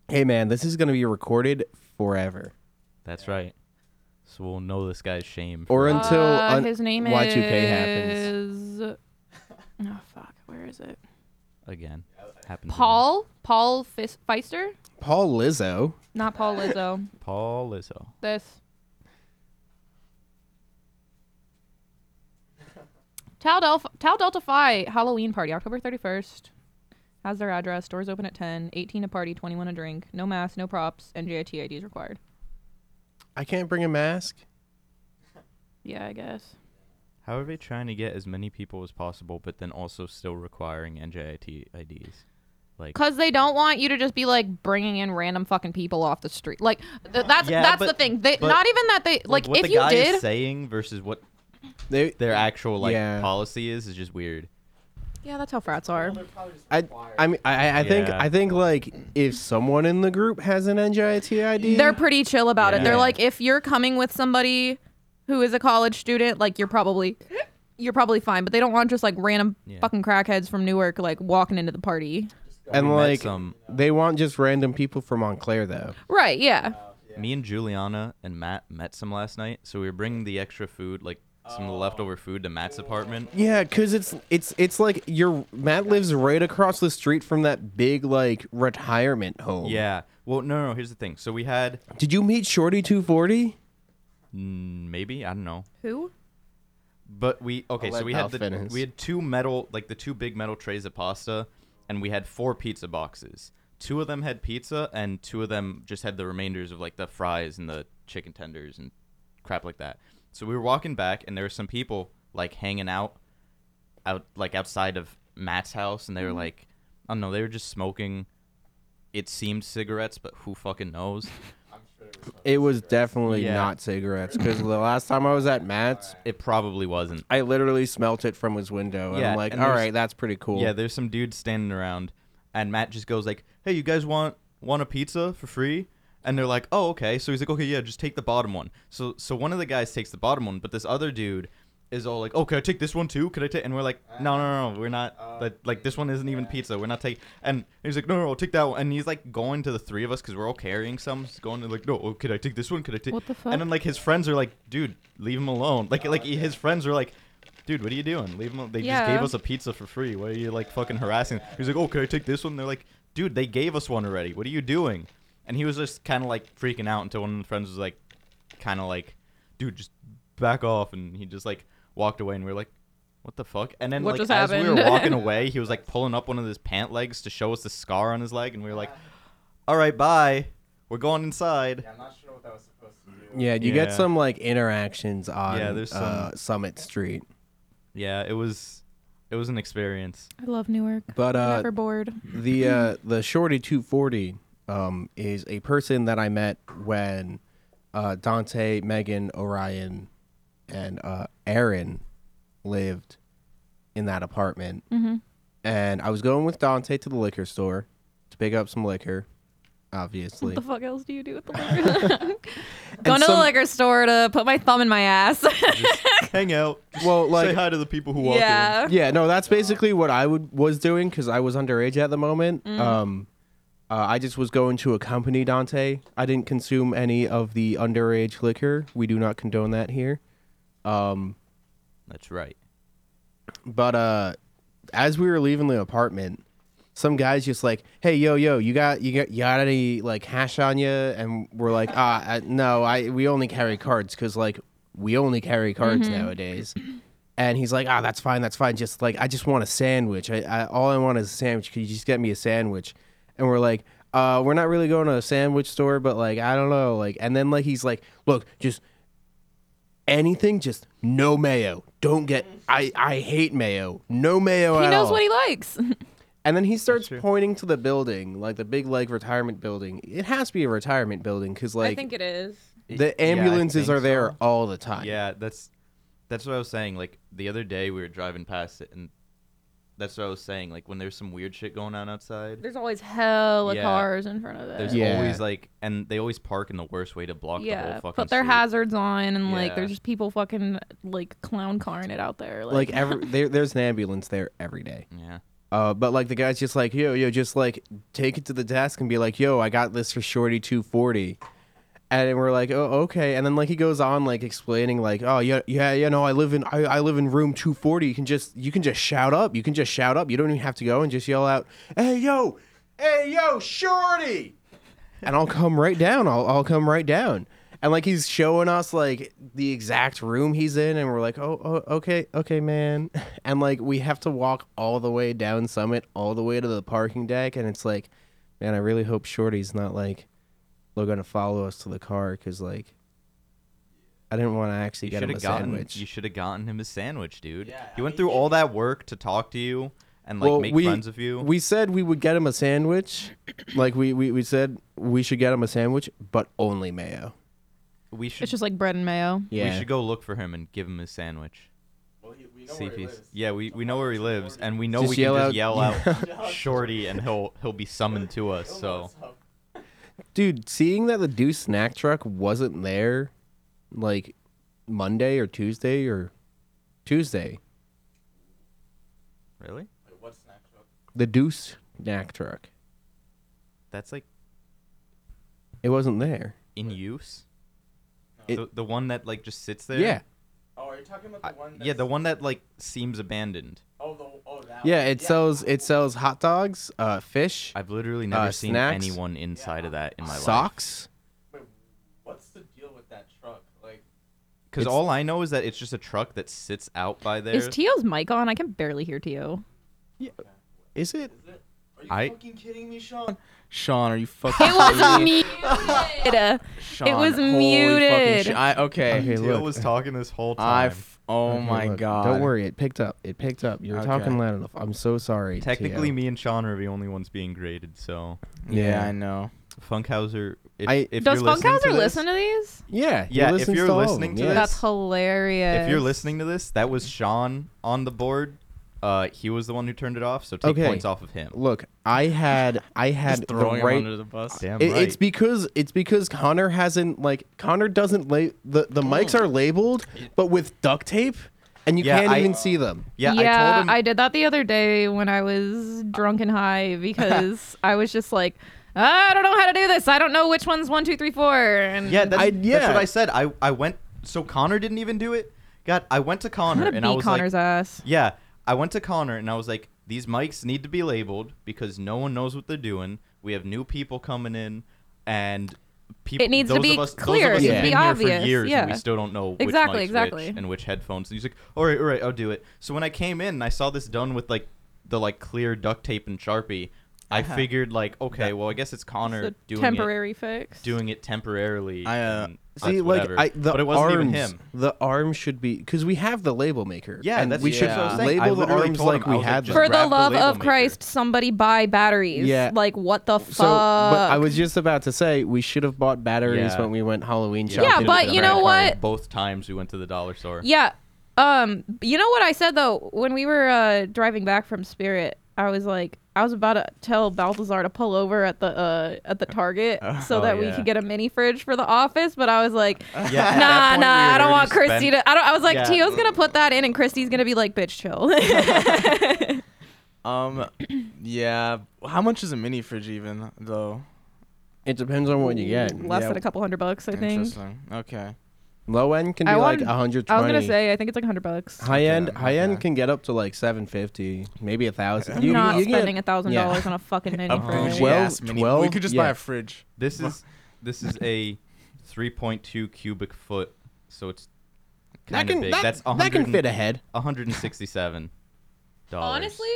Hey man, this is gonna be recorded forever,
That's right. So we'll know this guy's shame.
or
forever.
until
Uh,
un-
his name
Y2K happens.
is. Oh fuck, where is it?
again. Happens
Paul Paul Fis- Feister,
Paul Lizzo.
not Paul Lizzo.
again. Paul Lizzo.
this. Tau, Del- Tau Delta Phi Halloween party, October 31st. Has their address. Doors open at 10. 18 a party, 21 a drink. No mask, no props, and JIT ID is required.
I can't bring a mask.
Yeah, I guess.
How are they trying to get as many people as possible, but then also still requiring NJIT IDs? Like,
Because they don't want you to just be like bringing in random fucking people off the street. Like th- that's
Yeah,
that's
but-
the thing. They,
but-
not even that they like,
what
if
the
you
guy
did
is saying versus what
They,
their actual like
Yeah.
policy is is just weird.
Yeah, that's how frats are.
They're probably just
I,
wired.
I mean, I, I- I think,
Yeah.
I think, like, if someone in the group has an NJIT ID,
They're pretty chill about it. They're
Yeah.
like, if you're coming with somebody who is a college student, like you're probably you're probably fine. But they don't want just like random
Yeah.
fucking crackheads from Newark like walking into the party.
and
We met
like,
some-
they want just random people from Montclair, though.
Right? Yeah.
Me and Juliana and Matt met some last night, so we were bringing the extra food, like some of the leftover food, to Matt's apartment.
Yeah, cause it's it's it's like your Matt lives right across the street from that big like retirement home.
Yeah. Well, no, no. Here's the thing. So we had
Did you meet Shorty Two Forty?
mm, maybe I don't know,
Who?
but we okay.
let
So we had
Al
the
finish.
we had two metal, like the two big metal trays of pasta, and we had four pizza boxes. Two of them had pizza, and two of them just had the remainders of like the fries and the chicken tenders and crap like that. So we were walking back, and there were some people like hanging out out like outside of Matt's house, and they were
Mm-hmm.
like, I don't know, they were just smoking. It seemed cigarettes, but who fucking knows?
It was definitely
Yeah.
not cigarettes, cause the last time I was at Matt's,
It probably wasn't.
I literally smelt it from his window, and
Yeah,
I'm like,
and
all
there's-
right, that's pretty cool.
Yeah, there's some dudes standing around, and Matt just goes like, "Hey, you guys want want a pizza for free?" And they're like, "Oh, okay." So he's like, "Okay, yeah, just take the bottom one." So so one of the guys takes the bottom one, but this other dude is all like, "Oh, can I take this one too? Can I take?" And we're like, "No, no, no, no, we're not. That like this one isn't even pizza. We're not taking." And he's like, "No, no, no, take that one." And he's like going to the three of us because we're all carrying some. He's going to like, "No, oh, could I take this one? Could I take?"
What the fuck?
And then like his friends are like, "Dude, leave him alone." Like like his friends are like. Dude, what are you doing? Leave him. al- They just
Yeah.
gave us a pizza for free. Why are you like fucking harassing? He's like, oh, can I take this one? They're like, dude, they gave us one already. What are you doing? And he was just kind of like freaking out until one of the friends was like, kind of like, dude, just back off. And he just like walked away. And we were like, what the fuck? And then
What
like
just
as we were
happened?
walking away, he was like pulling up one of his pant legs to show us the scar on his leg. And we were like, all right, bye. We're going inside.
Yeah, I'm not sure what that was supposed to do.
Yeah, you get
Yeah.
some like interactions on
Yeah, there's some-
uh, Summit Street,
Yeah, it was, it was an experience.
I love Newark.
but uh,
Never bored.
the uh, the shorty 240 um, is a person that I met when uh, Dante, Megan, Orion, and uh, Aaron lived in that apartment. Mm-hmm. And I was going with Dante to the liquor store to pick up some liquor, obviously.
What the fuck else do you do with the liquor? Going
And
to the
some-
liquor store to put my thumb in my ass.
Hang out.
Well, like,
hi to the people who
yeah.
yeah, no, that's basically what I would was doing because I was underage at the moment. Um, uh, I just was going to accompany Dante. I didn't consume any of the underage liquor. We do not condone that here. Um,
That's right.
but uh, as we were leaving the apartment, some guys just like, "Hey, yo, yo, you got you got you got any like hash on you?" And we're like, "Ah, I, no, I we only carry cards because like we only carry cards nowadays." And he's like, "Ah, that's fine, that's fine. Just like I just want a sandwich. I, I all I want is a sandwich. Could you just get me a sandwich?" And we're like. Uh, we're not really going to a sandwich store, but like I don't know, like and then like he's like, look, just anything, just no mayo. Don't get. I I hate mayo. No mayo
He
at
knows
all.
what he likes.
And then he starts pointing to the building, like the big like retirement building. It has to be a retirement building because like
I think it is.
Yeah,
the
I
ambulances
think
are there
so.
all the time.
Yeah, that's that's what I was saying. Like the other day, we were driving past it, and that's what I was saying. Like when there's some weird shit going on outside,
There's always hella
Yeah.
cars in front of it.
there's
Yeah.
always like, and they always park in the worst way to block the
yeah,
whole fucking.
put their
street.
hazards on and like
Yeah.
there's just people fucking like clown carring it out there. Like,
Like every there, there's an ambulance there every day.
Yeah.
Uh, but like the guy's just like yo yo, just like take it to the desk and be like yo, I got this for Shorty two forty. And we're like, oh, okay. And then like he goes on like explaining like, oh yeah, yeah, yeah. No, I live in I, I live in room two forty. You can just you can just shout up. You can just shout up. You don't even have to go and just yell out, hey yo, hey yo, shorty. and I'll come right down. I'll I'll come right down. And like he's showing us like the exact room he's in, and we're like, oh, oh okay, okay, man. And like we have to walk all the way down Summit, all the way to the parking deck, and it's like, man, I really hope Shorty's not like, they're gonna follow us to the car because like, I didn't want to actually
You
get
should
him a
have gotten.
sandwich.
You should have gotten him a sandwich, dude.
Yeah,
he
I
went
mean,
through
he-
all that work to talk to you and like make friends with you.
We said we would get him a sandwich, like we, we we said we should get him a sandwich, but only mayo.
we should.
it's just like bread and mayo.
Yeah,
We should go look for him and give him his sandwich.
Well, he, we know
See
where
if
he
he's.
lives.
Yeah, we, we know where he lives,
Shorty.
and we know
Just
we can
yell
just
out-
yell out "Shorty" and he'll he'll be summoned to us.
He'll know
So
what's up.
Dude, seeing that the Deuce snack truck wasn't there like Monday or Tuesday or Tuesday,
really,
Wait, what's next? What-
the Deuce snack truck,
that's like
it wasn't there.
in use.
It-
the, the one that like just sits there.
Yeah.
Oh, are you talking about the one?
Yeah, the
that's-
one that like seems abandoned.
Oh, the, oh, that
Yeah,
one.
it sells it sells hot dogs, uh fish,
I've literally never seen
Uh, snacks?
anyone inside of that in my life.
socks.
Wait, what's the deal with that truck? Like,
Because
It's-
all I know is that it's just a truck that sits out by there.
Is Tio's mic on? I can barely hear Tio.
Is it?
is it? Are you
I-
fucking kidding me, Sean?
Sean, are you fucking?
It was
kidding me?
muted.
Sean,
it was
holy fucking
muted.
shit. I okay.
Okay,
Teal
look.
was talking this whole
I
time.
f- oh
Okay,
my
look,
god.
Don't worry, it picked up. It picked up. You were talking
Okay.
loud enough. I'm so sorry.
Technically,
Tio.
me and Sean are the only ones being graded. So
Yeah,
Yeah.
I know.
Funkhauser, if,
I-
if
Does
you're listening to
Funkhauser
this-
listen to these?
Yeah, he
Yeah, if
listens
you're
to all of
listening
them,
to
yeah.
this-
That's hilarious.
if you're listening to this, that was Sean on the board. Uh, he was the one who turned it off. So take
Okay.
points off of him.
Look, I had I had
Just
the
throwing
right
him under the bus.
Damn
It,
right.
It's because it's because Connor hasn't like Connor doesn't la- the the mics are labeled, but with duct tape, and you
Mm. Yeah,
can't
I-
even see them.
yeah, I told him.
I did that the other day when I was drunk and high because I was just like, I don't know how to do this. I don't know which one's one, two, three, four. And
Yeah, that's,
I-
that's
yeah.
what I said. I, I went. So Connor didn't even do it. God, I went to
I'm
Connor
gonna
and I
beat
was
Connor's
like,
ass.
yeah, I went to Connor and I was like, these mics need to be labeled because no one knows what they're doing. We have new people coming in, and people.
It needs to
those
be
of us,
clear.
Those of us
It
have
should
been
be
Here
obvious.
for years, and
Yeah.
we still don't know which
Exactly,
mics
exactly.
which and which headphones. And he's like, all right, all right, I'll do it. So when I came in, and I saw this done with like the like clear duct tape and sharpie. I
Uh-huh.
figured like, okay, well, I guess it's Connor
It's a
doing it,
temporary fix.
doing it temporarily.
I, uh,
and
See,
that's
like
whatever.
I, the
but it wasn't
arms,
even him.
the arms should be because we have the label maker.
Yeah,
and
that's-
we should
yeah. that's what I
was saying. I
label the
literally
arms
told him,
like
I
we
was like,
had
just
them.
For
grab
the
the
love
label
of
maker.
Christ, somebody buy batteries.
Yeah.
Like what the fuck?
So, but I was just about to say we should have bought batteries
Yeah.
when we went Halloween
Yeah,
shopping.
Yeah,
with
but
the
you know
credit
what?
card.
Both times we went to the dollar store.
Yeah. Um, you know what I said though when we were uh, driving back from Spirit, I was like, I was about to tell Balthazar to pull over at the uh, at the Target so
Oh,
that we
yeah.
could get a mini fridge for the office, but I was like,
Yeah, at that
Nah,
point, we had
nah, I don't
already
want Christy
spent-
to. I don't. I was like,
Yeah.
Tio's gonna put that in, and Christy's gonna be like, bitch, chill.
Um, yeah. How much is a mini fridge even though?
It depends on what you get.
Less than a couple hundred bucks, I think.
Interesting. Okay.
Low end can be
I
like
wanted-
120.
I was gonna say, I think it's like hundred bucks.
high end.
Okay,
High end
okay.
can get up to like 750, maybe a thousand.
I'm not
get-
spending a thousand
yeah.
dollars on a fucking mini
A
fridge.
bougie
Well,
ass mini. we
12
could just buy
yeah.
a fridge.
This is this is a 3.2 cubic foot, so it's
That
kind
can
of big.
that,
That's
that can
100
fit a head.
167 dollars.
Honestly,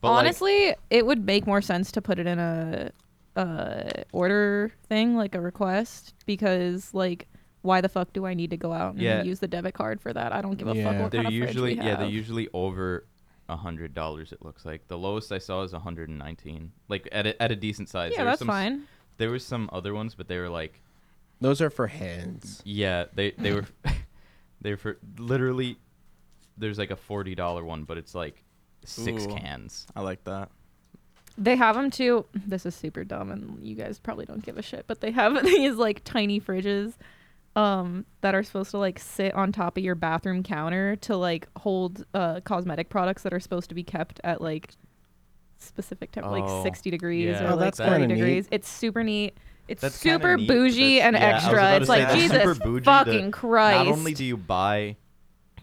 But, like-
honestly, it would make more sense to put it in a uh order thing, like a request, because like why the fuck do I need to go out and
Yeah.
use the debit card for that? I don't give a fuck
Yeah.
what
they're
kind of
usually
fridge we
yeah they're
have.
usually over a hundred dollars it looks like the lowest i saw is 119 like at a, at a decent size
yeah,
there was
that's
some,
fine.
there was some other ones but they were like
Those are for hands.
yeah they they were they were for literally there's like a 40 dollar one but it's like six
Ooh.
cans
I like that.
They have them too. This is super dumb, and you guys probably don't give a shit. But they have these like tiny fridges, um, that are supposed to like sit on top of your bathroom counter to like hold uh cosmetic products that are supposed to be kept at like specific temp,
Oh,
like sixty degrees
yeah.
or
Oh,
like
that's
thirty
kinda neat.
degrees. It's super neat. It's
That's kinda
super
neat, but
bougie
that's-
and
yeah, I was
extra.
about to
It's
say,
like
that's super
Jesus
bougie that
fucking Christ.
not only do you buy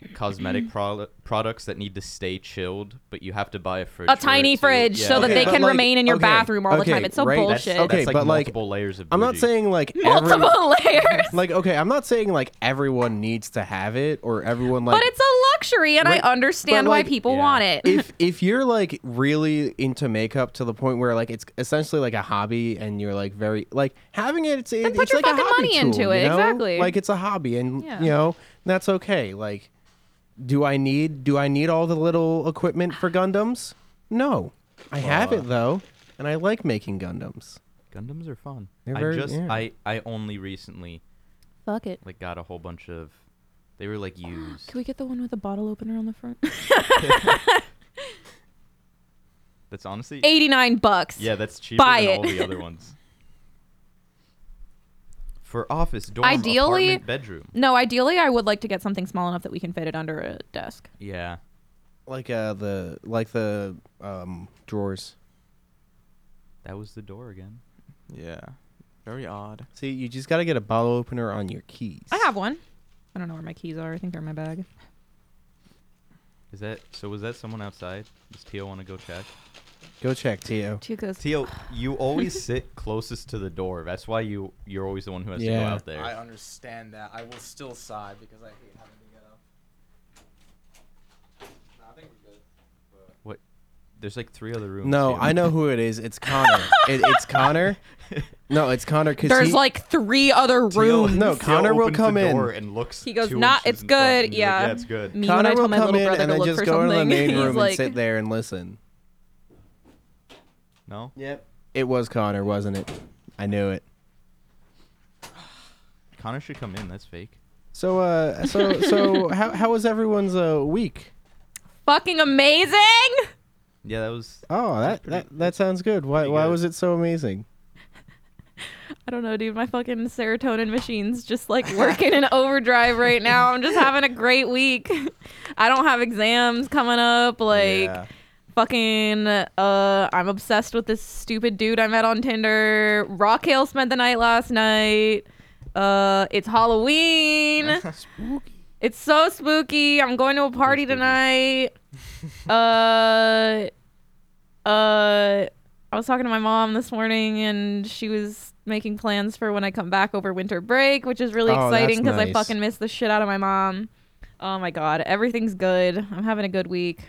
cosmetic pro- products that need to stay chilled but you have to buy a fridge
a
for
tiny
it too.
fridge
yeah.
so that
Okay,
they
but
can
like-
remain in your
okay,
bathroom all
okay,
the time. It's so
right,
that's,
bullshit.
that's
Okay,
like
but, like,
multiple layers of
I'm not
bougie.
saying like every,
Multiple layers.
like okay, I'm not saying like everyone needs to have it or everyone like
but it's a luxury, and
Right,
I understand
but,
why
like,
people
Yeah.
want it.
if if you're like really into makeup to the point where like it's essentially like a hobby and you're like very like having it it's, it's
put your
like a
fucking
hobby
money
tool,
into
you
it,
know?
exactly.
like it's a hobby and
Yeah.
you know that's okay like do I need do I need all the little equipment for Gundams no I have it though and I like making Gundams
Gundams are fun.
They're
I
very-
just
yeah.
I I only recently
Fuck it.
like got a whole bunch of they were like used.
Can we get the one with the bottle opener on the front?
That's honestly
89 bucks.
yeah, that's cheaper
Buy
than
it.
all the other ones. For office dorm
Ideally-
apartment, bedroom.
No, ideally, I would like to get something small enough that we can fit it under a desk.
Yeah,
like uh the like the um drawers
that was the door again.
Yeah. Very odd.
see you just got to get a bottle opener on your keys
I have one. I don't know where my keys are. I think they're in my bag.
Is that so? Was that someone outside? Does Tio want to go check?
go check Tio
Chico's.
Tio, you always sit closest to the door. That's why you you're always the one who has to go
Yeah.
out there.
I understand that. I will still sigh because I hate having to get up. Nah, I think we're good.
There's like three other rooms.
No,
Tio.
I know who it is. It's Connor. it, it's Connor. No, it's Connor. Cause
There's
he-
like three other
Tio-
rooms.
No,
Tio
Connor will
opens the
come in.
door and looks.
He goes,
two
"Nah,
inches
it's
in front," and
good,
he's like,
yeah.
it's good.
Me when
Connor
I
will
told my
come
little
in
brother
and
to
then
look
just
for
go into the
something,
main
he's
room and
like-
sit there and listen.
No.
Yep. It was Connor, wasn't it? I knew it.
Connor should come in. That's fake.
So, uh, so, so, how how was everyone's uh week?
Fucking amazing!
Yeah, that was.
Oh, that that, that sounds good. Why
pretty
why
good.
was it so amazing?
I don't know, dude. My fucking serotonin machine's just like working in overdrive right now. I'm just having a great week. I don't have exams coming up. Like,
Yeah.
fucking uh I'm obsessed with this stupid dude I met on Tinder. Rock Hill spent the night last night. Uh it's Halloween. It's so spooky. I'm going to a party
spooky.
tonight. uh uh I was talking to my mom this morning and she was making plans for when I come back over winter break, which is really
Oh, that's
exciting because I
nice.
fucking miss the shit out of my mom. Oh my god, everything's good. I'm having a good week.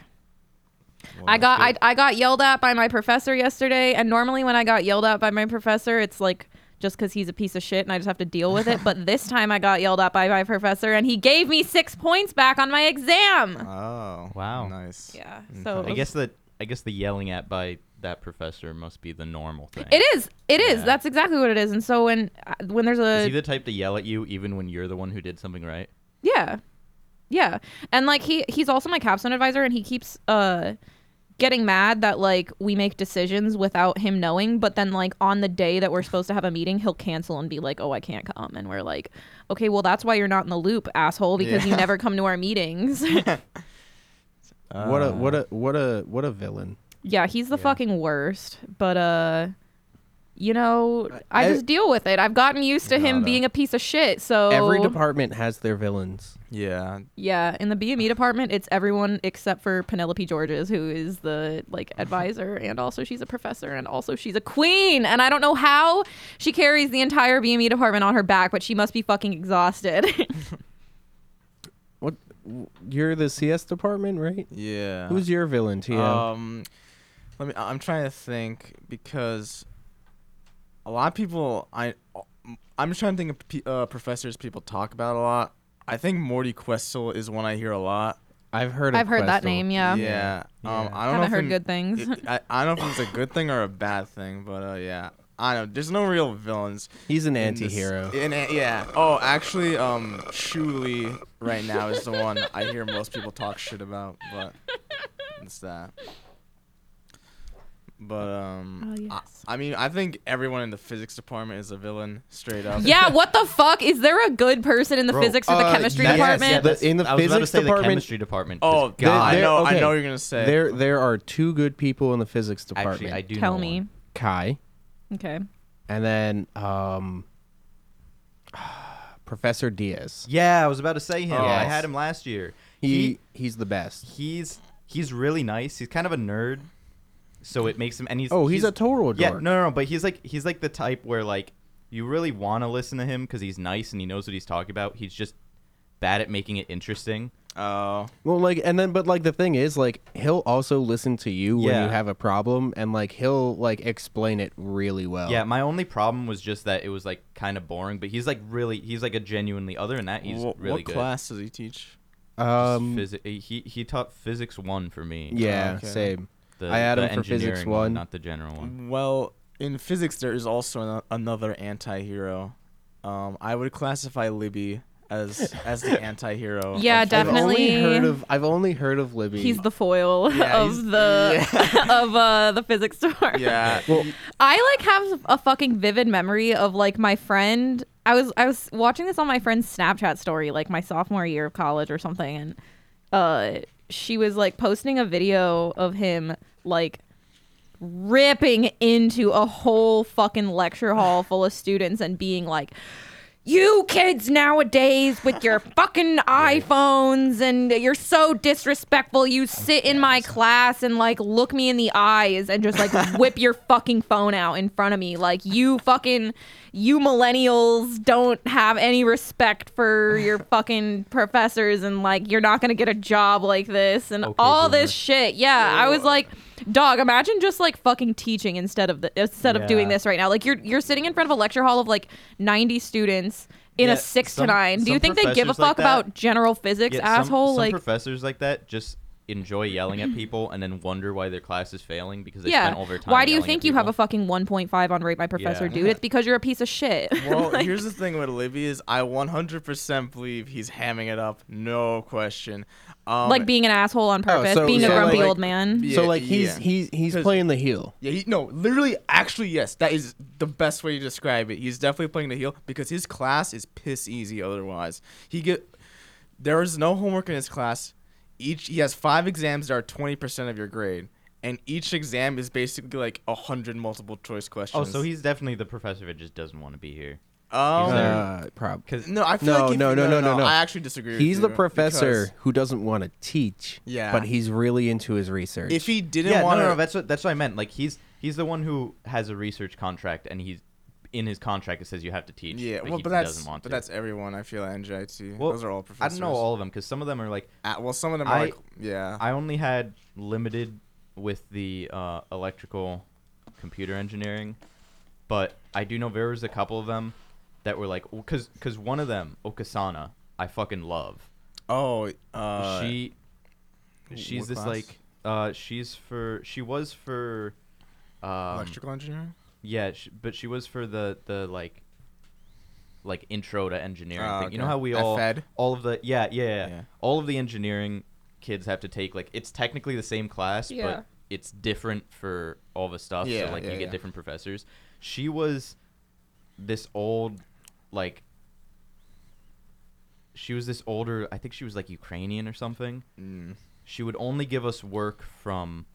I got I, I got yelled at by my professor yesterday, and normally when I got yelled at by my professor, it's like just because he's a piece of shit and I just have to deal with it. But this time I got yelled at by my professor, and he gave me six points back on my exam.
Oh.
Wow.
Nice. Mm-hmm.
Yeah, so
I guess that I guess the yelling at by that professor must be the normal thing.
It is. It is.
Yeah.
That's exactly what it is. And so when uh, when there's
Is
a
he the type to yell at you even when you're the one who did something right?
Yeah. Yeah. And like he he's also my capstone advisor and he keeps uh getting mad that like we make decisions without him knowing, but then like on the day that we're supposed to have a meeting, he'll cancel and be like, "Oh, I can't come." And we're like, "Okay, well that's why you're not in the loop, asshole, because you
Yeah.
never come to our meetings."
what a what a what a what a villain.
yeah, he's the fucking worst, but uh you know, I,
I-
just deal with it. I've gotten used to him
Gotta.
being a piece of shit. So
Every department has their villains.
Yeah.
Yeah, in the BME department, it's everyone except for Penelope Georges, who is the like advisor, and also she's a professor, and also she's a queen. And I don't know how she carries the entire BME department on her back, but she must be fucking exhausted.
What you're the CS department, right?
Yeah.
Who's your villain, TL?
Um, let me. I- I'm trying to think because a lot of people. I I'm just trying to think of pe- uh, professors people talk about a lot. I think Morty Questel is one I hear a lot.
I've heard. Of
I've heard that
Questel.
name. Yeah,
Yeah. Um, I don't know
haven't
if
heard
in-
good things.
it- I, I don't know if it's a good thing or a bad thing, but uh, yeah. I don't. There's no real villains.
He's an
in this-
anti-hero.
in a- yeah. Oh, actually, um, Shuli right now is the one I hear most people talk shit about, but it's that. But um,
Oh,
I-
yes.
I, mean, I think everyone in the physics department is a villain, straight up.
yeah, what the fuck? Is there a good person in the
Bro,
physics or the
uh,
chemistry
yes,
department?
yeah, the- in the
I was about to
physics
say the
department-
chemistry department.
Oh
Just God.
God, I
There-
know, I
okay.
know what you're gonna say.
There, there are two good people in the physics department.
Actually, I do
Tell
know
me.
one.
Kai,
Okay.
and then um, Professor Diaz.
Yeah, I was about to say him. I
Yes.
had him last year.
He, he's the best.
he's he's really nice. He's kind of a nerd, so it makes him. And he's
Oh, he's, a total
yeah.
dork.
No, no, no, but he's like he's like the type where like you really want to listen to him because he's nice and he knows what he's talking about. He's just bad at making it interesting.
Oh,
Well, like, and then, but like, the thing is, like, he'll also listen to you when
Yeah.
you have a problem, and like, he'll like explain it really well.
Yeah, my only problem was just that it was like kind of boring. But he's like really he's like a genuinely other than that he's
what,
really
what
good.
class does he teach?
Um.
Physi- he he taught physics one for me.
yeah.
Okay.
Same.
The-
I had
the
him for physics
engineering one,
one.
not the general one.
Well, in physics, there is also an, another anti-hero. Um, I would classify Libby as as the anti-hero.
Yeah,
of-
I've only
Definitely-
heard of. I've only heard of Libby.
He's the foil
Yeah,
of
he's-
the of uh, the physics department.
Yeah,
I like have a fucking vivid memory of like my friend. I was I was watching this on my friend's Snapchat story, like my sophomore year of college or something, and uh, she was like posting a video of him like ripping into a whole fucking lecture hall full of students and being like you kids nowadays with your fucking iPhones and you're so disrespectful. You sit in my class and like look me in the eyes and just like whip your fucking phone out in front of me. Like you fucking you millennials don't have any respect for your fucking professors and like you're not going to get a job like this and all this shit. Yeah, I was like dog, imagine just like fucking teaching instead of the, instead of doing
Yeah.
this right now. Like you're you're sitting in front of a lecture hall of like 90 students in
Yeah,
a six
some-
to nine. Do you
some
think they give a
professors like
fuck
that-
about general physics,
Yeah, some-
asshole?
Some,
like,
professors like that just enjoy yelling at people and then wonder why their class is failing because they
yeah.
spent all their time.
Why do you
yelling at
think you have a
people.
fucking 1.5 on rate my professor,
Yeah.
dude? It's because you're a piece of shit.
Well,
Like,
here's the thing with Libby is I 100% believe he's hamming it up, no question. Um,
like being an asshole
Oh,
on purpose,
so-
being a
so,
grumpy
like-
old man.
Yeah,
so like he's
yeah.
he's he's
'Cause-
playing the heel.
yeah, he, no, literally, actually, yes, that is the best way to describe it. He's definitely playing the heel because his class is piss easy. Otherwise, he get there is no homework in his class. Each he has five exams that are 20% of your grade, and each exam is basically like a hundred multiple choice
Oh,
questions.
so he's definitely the professor that just doesn't want to be here.
um,
Uh, prob.
no, I feel
No,
like if-
no, no, no, no, no.
I actually disagree. with
He's the
you
professor
because
who doesn't want to teach.
Yeah.
But he's really into his research.
If he didn't
Yeah, no,
want
no,
to,
no, that's what that's what I meant. Like he's he's the one who has a research contract and he's in his contract it says you have to teach.
Yeah,
but
well,
he
but that's
doesn't want
but
to.
that's everyone. I feel at NJIT.
Well,
Those are all
I
professors.
don't know all of them because some of them are like
Uh, well, some of them
I-
are like yeah.
I only had limited with the uh, electrical computer engineering, but I do know there was a couple of them that were like, because because one of them, Okasana, I fucking love.
Oh, uh,
she she's
what
this
class?
like uh she's for she was for um
electrical engineering.
yeah sh but she was for the the like like intro to engineering
Ah,
thing. you know
okay.
how we
That
all
fed?
all of the yeah, yeah yeah
Yeah.
all of the engineering kids have to take like it's technically the same class
Yeah.
but it's different for all the stuff
Yeah,
so like
yeah,
you get
yeah.
different professors she was this old like she was this older i think she was like ukrainian or something
Mm.
she would only give us work from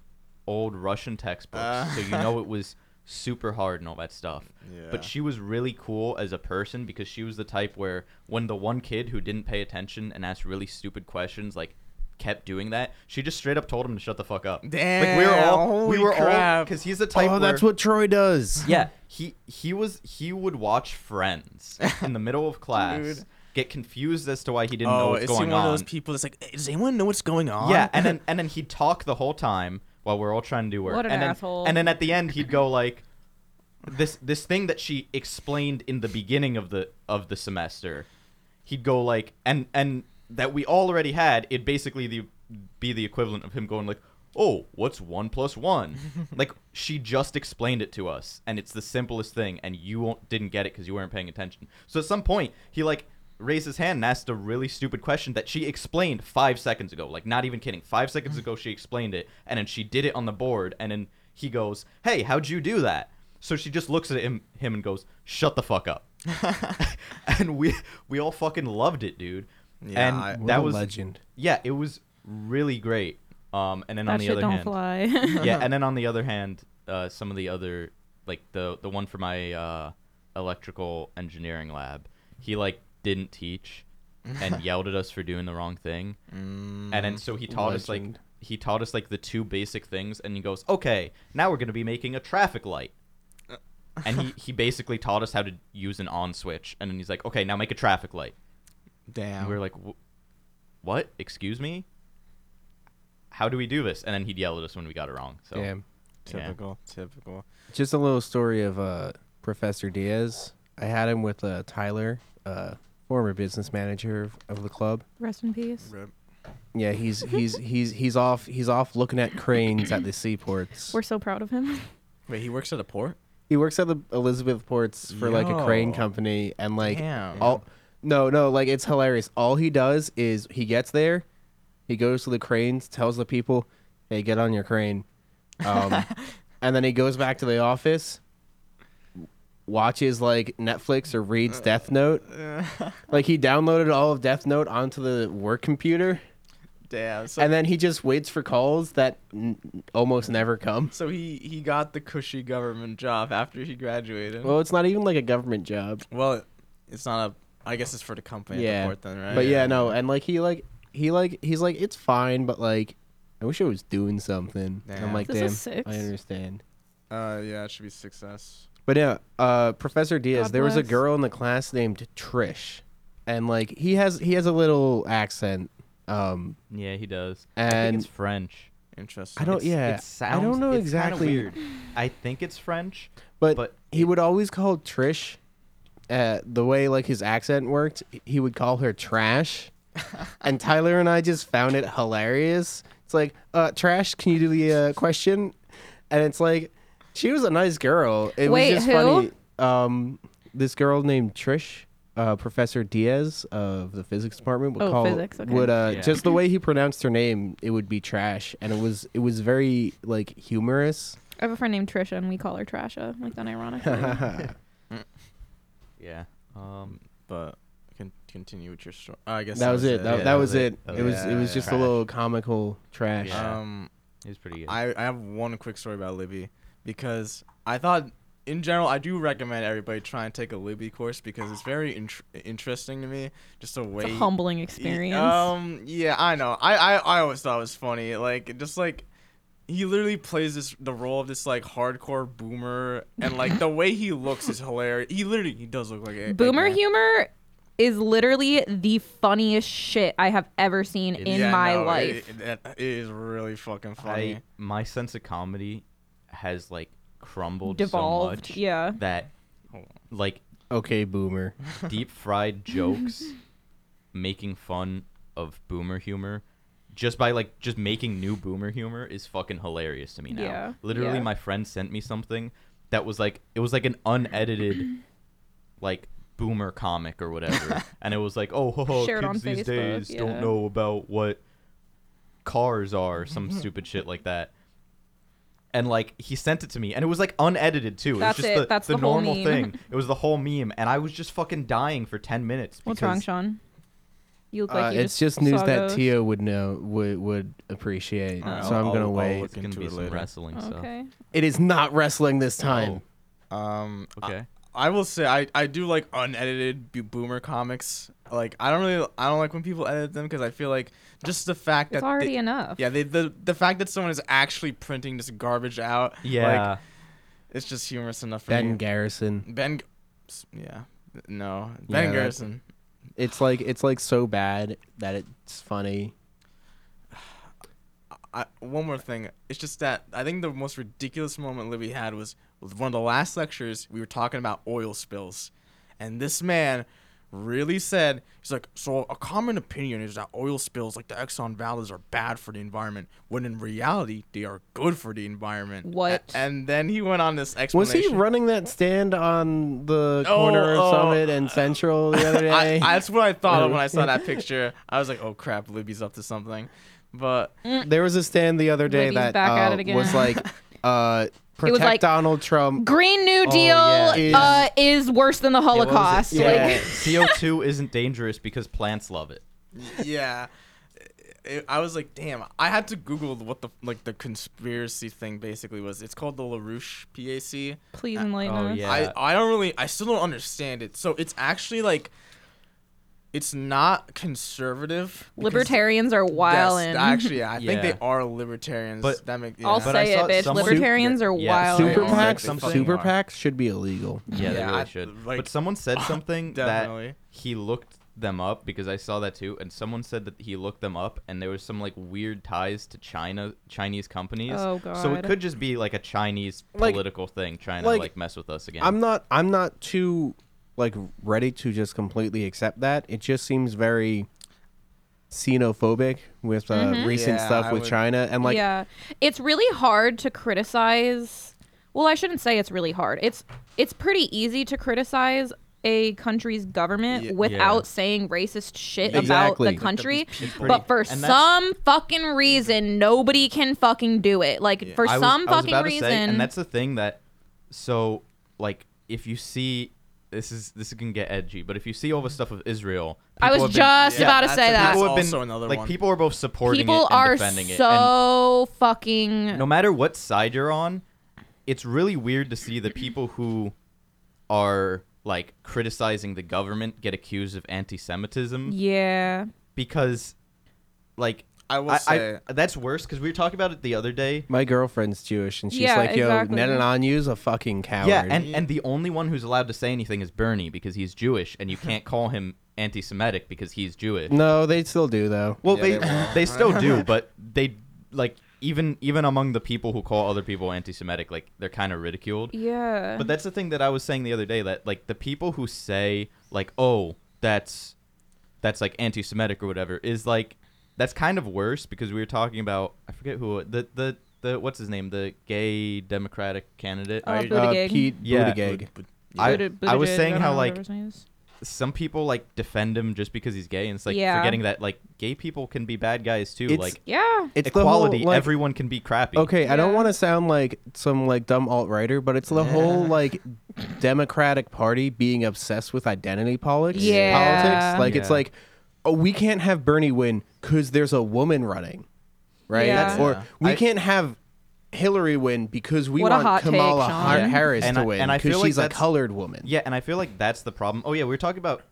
old russian textbooks
Uh.
so you know it was super hard and all that stuff
Yeah.
but she was really cool as a person because she was the type where when the one kid who didn't pay attention and asked really stupid questions like kept doing that she just straight up told him to shut the fuck up like we were
Damn,
all
holy
we were all
crap.
because he's the type
Oh,
where-
that's what Troy does.
yeah, he he was he would watch Friends in the middle of class,
Dude.
get confused as to why he didn't know
Oh,
what's
is he
going
one
on.
of those people that's like, "Hey, does anyone know what's going on?
yeah, and then and then he'd talk the whole time while we're all trying to do work.
What an
and then,
asshole.
And then at the end, he'd go like, "This this thing that she explained in the beginning of the of the semester." He'd go like, and and that we already had. It basically the be the equivalent of him going like. Oh, what's one plus one? like she just explained it to us, and it's the simplest thing, and you won't, didn't get it because you weren't paying attention. So at some point, he like raised his hand and asked a really stupid question that she explained five seconds ago. Like, not even kidding. Five seconds ago, she explained it, and then she did it on the board, and then he goes, Hey, how'd you do that? So she just looks at him, him and goes, Shut the fuck up. and we we all fucking loved it, dude.
Yeah,
and
I-
What
that
a
was
legend.
yeah, it was really great. Um, and then on
That
the
shit
other
don't
hand,
fly.
yeah, and then on the other hand, uh, some of the other like the the one for my uh, electrical engineering lab, he like didn't teach and yelled at us for doing the wrong thing. And then so he taught us like
Legend.
he taught us like the two basic things and he goes, "Okay, now we're going to be making a traffic light." and he, he basically taught us how to use an on switch and then he's like, "Okay, now make a traffic light."
Damn.
And we were like, "Wh- "What? Excuse me? How do we do this?" And then he'd yell at us when we got it wrong.
Oh.
So
Damn.
yeah.
typical, typical.
Just a little story of uh, Professor Diaz. I had him with uh, Tyler, uh, former business manager of, of the club.
Rest in peace.
Yeah, he's he's he's he's off he's off looking at cranes at the seaports.
We're so proud of him.
Wait, he works at a port?
He works at the Elizabeth Ports for like a crane
Yo.
company, and like
Damn.
all no no like it's hilarious. All he does is he gets there, he goes to the cranes, tells the people, "Hey, get on your crane," um, and then he goes back to the office, watches like Netflix or reads Death Note. Like he downloaded all of Death Note onto the work computer,
Damn. So,
and then he just waits for calls that n- almost never come.
so he he got the cushy government job after he graduated.
Well, it's not even like a government job.
Well, it's not a. I guess it's for the company at
Yeah.
the port then, right?
But yeah, no, and like he like he like he's like it's fine, but like I wish I was doing something. And I'm
Damn.
like,
This
damn,
is six.
I understand.
Uh, yeah, it should be success.
But yeah, uh, Professor Diaz,
God
there was a
bless.
girl in the class named Trish, and like he has he has a little accent. Um,
Yeah, he does. I
And-
think it's French.
Interesting.
I don't,
It's-
yeah,
it sounds,
I don't know
it's kinda
exactly,
Weird. I think it's French.
but,
but
he would always call Trish. Uh, the way like his accent worked, he would call her trash, and Tyler and I just found it hilarious. It's like, uh, trash, can you do the uh, question? And it's like, she was a nice girl. It
Wait,
was just
who?
funny. Um, this girl named Trish, uh, Professor Diaz of the physics department would
Oh,
call
physics, okay.
would uh,
Yeah.
just the way he pronounced her name, it would be trash, and it was it was very like humorous.
I have a friend named Trisha, and we call her Trasha, like that ironically.
Yeah. Um.
But can continue with your story. I guess
that was it. That,
Yeah,
that was it.
That
It was it was just a
Trash.
little comical trash.
Yeah.
Um,
He's pretty good.
I, I have one quick story about Libby because I thought, in general, I do recommend everybody try and take a Libby course because it's very int- interesting to me. Just a way.
it's a humbling
Y-
experience.
oh,
Um, yeah, I know. I, I, I always thought it was funny. Like, just like. He literally plays this the role of this like hardcore boomer, and like the way he looks is hilarious. He literally he does look like a
Boomer
Eggman.
humor is literally the funniest shit I have ever seen in
Yeah,
my
no, it-
life.
it- that- it is really fucking funny.
I my sense of comedy has like crumbled
Devolved,
so much
yeah.
that like
Okay, boomer.
deep fried jokes making fun of boomer humor just by like just making new boomer humor is fucking hilarious to me now.
Yeah,
Literally
yeah.
my friend sent me something that was like it was like an unedited like boomer comic or whatever. and it was like, "Oh, ho, ho,
Shared on
kids these
Facebook,
days
yeah.
don't know about what cars are, some stupid shit like that." And like he sent it to me and it was like unedited too.
That's
it was just
it.
the,
That's
the,
the whole
normal
meme.
thing. It was the whole meme, and I was just fucking dying for ten minutes.
What's wrong,
because
Sean? You look like
uh,
you
it's
just
just news
saw
that
those.
Tio would know would would appreciate.
Alright,
so I'm
I'll-
gonna
I'll-
wait.
It's gonna
into
be
it
some
later.
wrestling
Okay.
It is not wrestling this time.
Um,
stuff. Okay.
I will say I, I do like unedited bo- boomer comics. Like I don't really I don't like when people edit them because I feel like just the fact
It's
that
already
they,
enough.
yeah they, the the fact that someone is actually printing this garbage out
Yeah.
like, it's just humorous enough for
Ben
me.
Garrison.
ben G- s- yeah no
Yeah,
Ben
that-
Garrison
It's like it's like so bad that it's funny.
I, one more thing. It's just that I think the most ridiculous moment Libby had was was one of the last lectures. We were talking about oil spills, and this man really said he's like, "So a common opinion is that oil spills like the Exxon Valdez are bad for the environment, when in reality they are good for the environment." A-
What?
and then he went on this explanation.
Was he running that stand on the
Oh,
corner of
oh,
Summit and Central the other
I,
day?
I- that's what I thought of when I saw that picture. I was like, "Oh crap, Libby's up to something," but
there was a stand the other day
Libby's
that
back at
uh,
it again.
was like, uh, protect
like-
Donald Trump.
Green New Deal
yeah.
Is-
uh, is worse than the Holocaust.
Yeah.
Like,
CO eh, two isn't dangerous because plants love it.
yeah It- i was like damn i had to google what the like the conspiracy thing basically was it's called the larouche pac
please enlighten
Oh
us.
yeah.
i i don't really i still don't understand it so it's actually like it's not conservative because-
Libertarians are
yes,
wild.
actually yeah, i
Yeah.
think they are libertarians
But-
that make yeah.
I'll
But I
say it,
saw
bitch.
someone-
Libertarians are
Yeah,
wild.
Super
I don't think they
PACs,
fucking
super
are.
PACs should be illegal.
yeah, they
Yeah,
really
I-
should.
like-
but someone said something
Definitely.
that he looked them up because I saw that too, and someone said that he looked them up, and there was some like weird ties to China, Chinese companies.
Oh,
So
God.
it could just be like a Chinese
Like-
political thing trying
like,
to like mess with us again.
I'm not I'm not too like ready to just completely accept that. It just seems very xenophobic with uh, recent
Yeah,
stuff
I
with
would-
China and like
Mm-hmm. yeah, it's really hard to criticize. Well, I shouldn't say it's really hard. It's it's pretty easy to criticize a country's government
Yeah.
without saying racist shit
Exactly.
about the country.
people-
But for
And that's-
some fucking reason, nobody can fucking do it. Like for
I was-
some
I was
fucking
about to
reason,
say, and that's the thing that so like if you see this is this can get edgy, but if you see all the stuff of Israel,
I
people
was
have been-
just about to
that's
say
a-
that.
people have
also
been
another
like
one.
people are both supporting it
people
and
are
defending it. And
so fucking
no matter what side you're on, it's really weird to see the people who are like criticizing the government get accused of anti-Semitism
yeah.
because like
i will
I,
say
I that's worse because we were talking about it the other day
my girlfriend's Jewish and she's
Yeah,
like, "Yo,
exactly.
Netanyahu's a fucking coward."
Yeah, and, and the only one who's allowed to say anything is Bernie because he's Jewish, and you can't call him anti-Semitic because he's Jewish.
no, they still do though.
Well,
Yeah,
they
they will.
they, still do, but they like even even among the people who call other people anti-Semitic, like they're kind of ridiculed.
Yeah.
But that's the thing that I was saying the other day that like the people who say like oh that's that's like anti-Semitic or whatever is like that's kind of worse because we were talking about I forget who the the the what's his name the gay Democratic candidate.
Oh,
Uh,
Buttigieg.
Pete
Yeah.
Buttigieg.
I, I was
Buttigieg,
saying
don't
how
know
like
whatever his name is.
some people like defend him just because he's gay and it's like
Yeah.
forgetting that like gay people can be bad guys too
It's-
like
yeah.
It's the whole,
equality
like-
everyone can be crappy
Okay, I don't
Yeah.
want to sound like some like dumb alt writer, but it's the whole like Democratic Party being obsessed with identity politics.
Yeah.
Politics. Like it's
Yeah.
like, oh, we can't have Bernie win because there's a woman running, right?
Yeah. That's-
Or
yeah.
we
I-
can't have Hillary win because we
What a hot
want
take,
Kamala
Sean.
Har-
Yeah.
Harris
And
to
I-
win
and I
because
feel like
she's a
that's-
colored woman.
yeah and i feel like that's the problem oh yeah we were talking about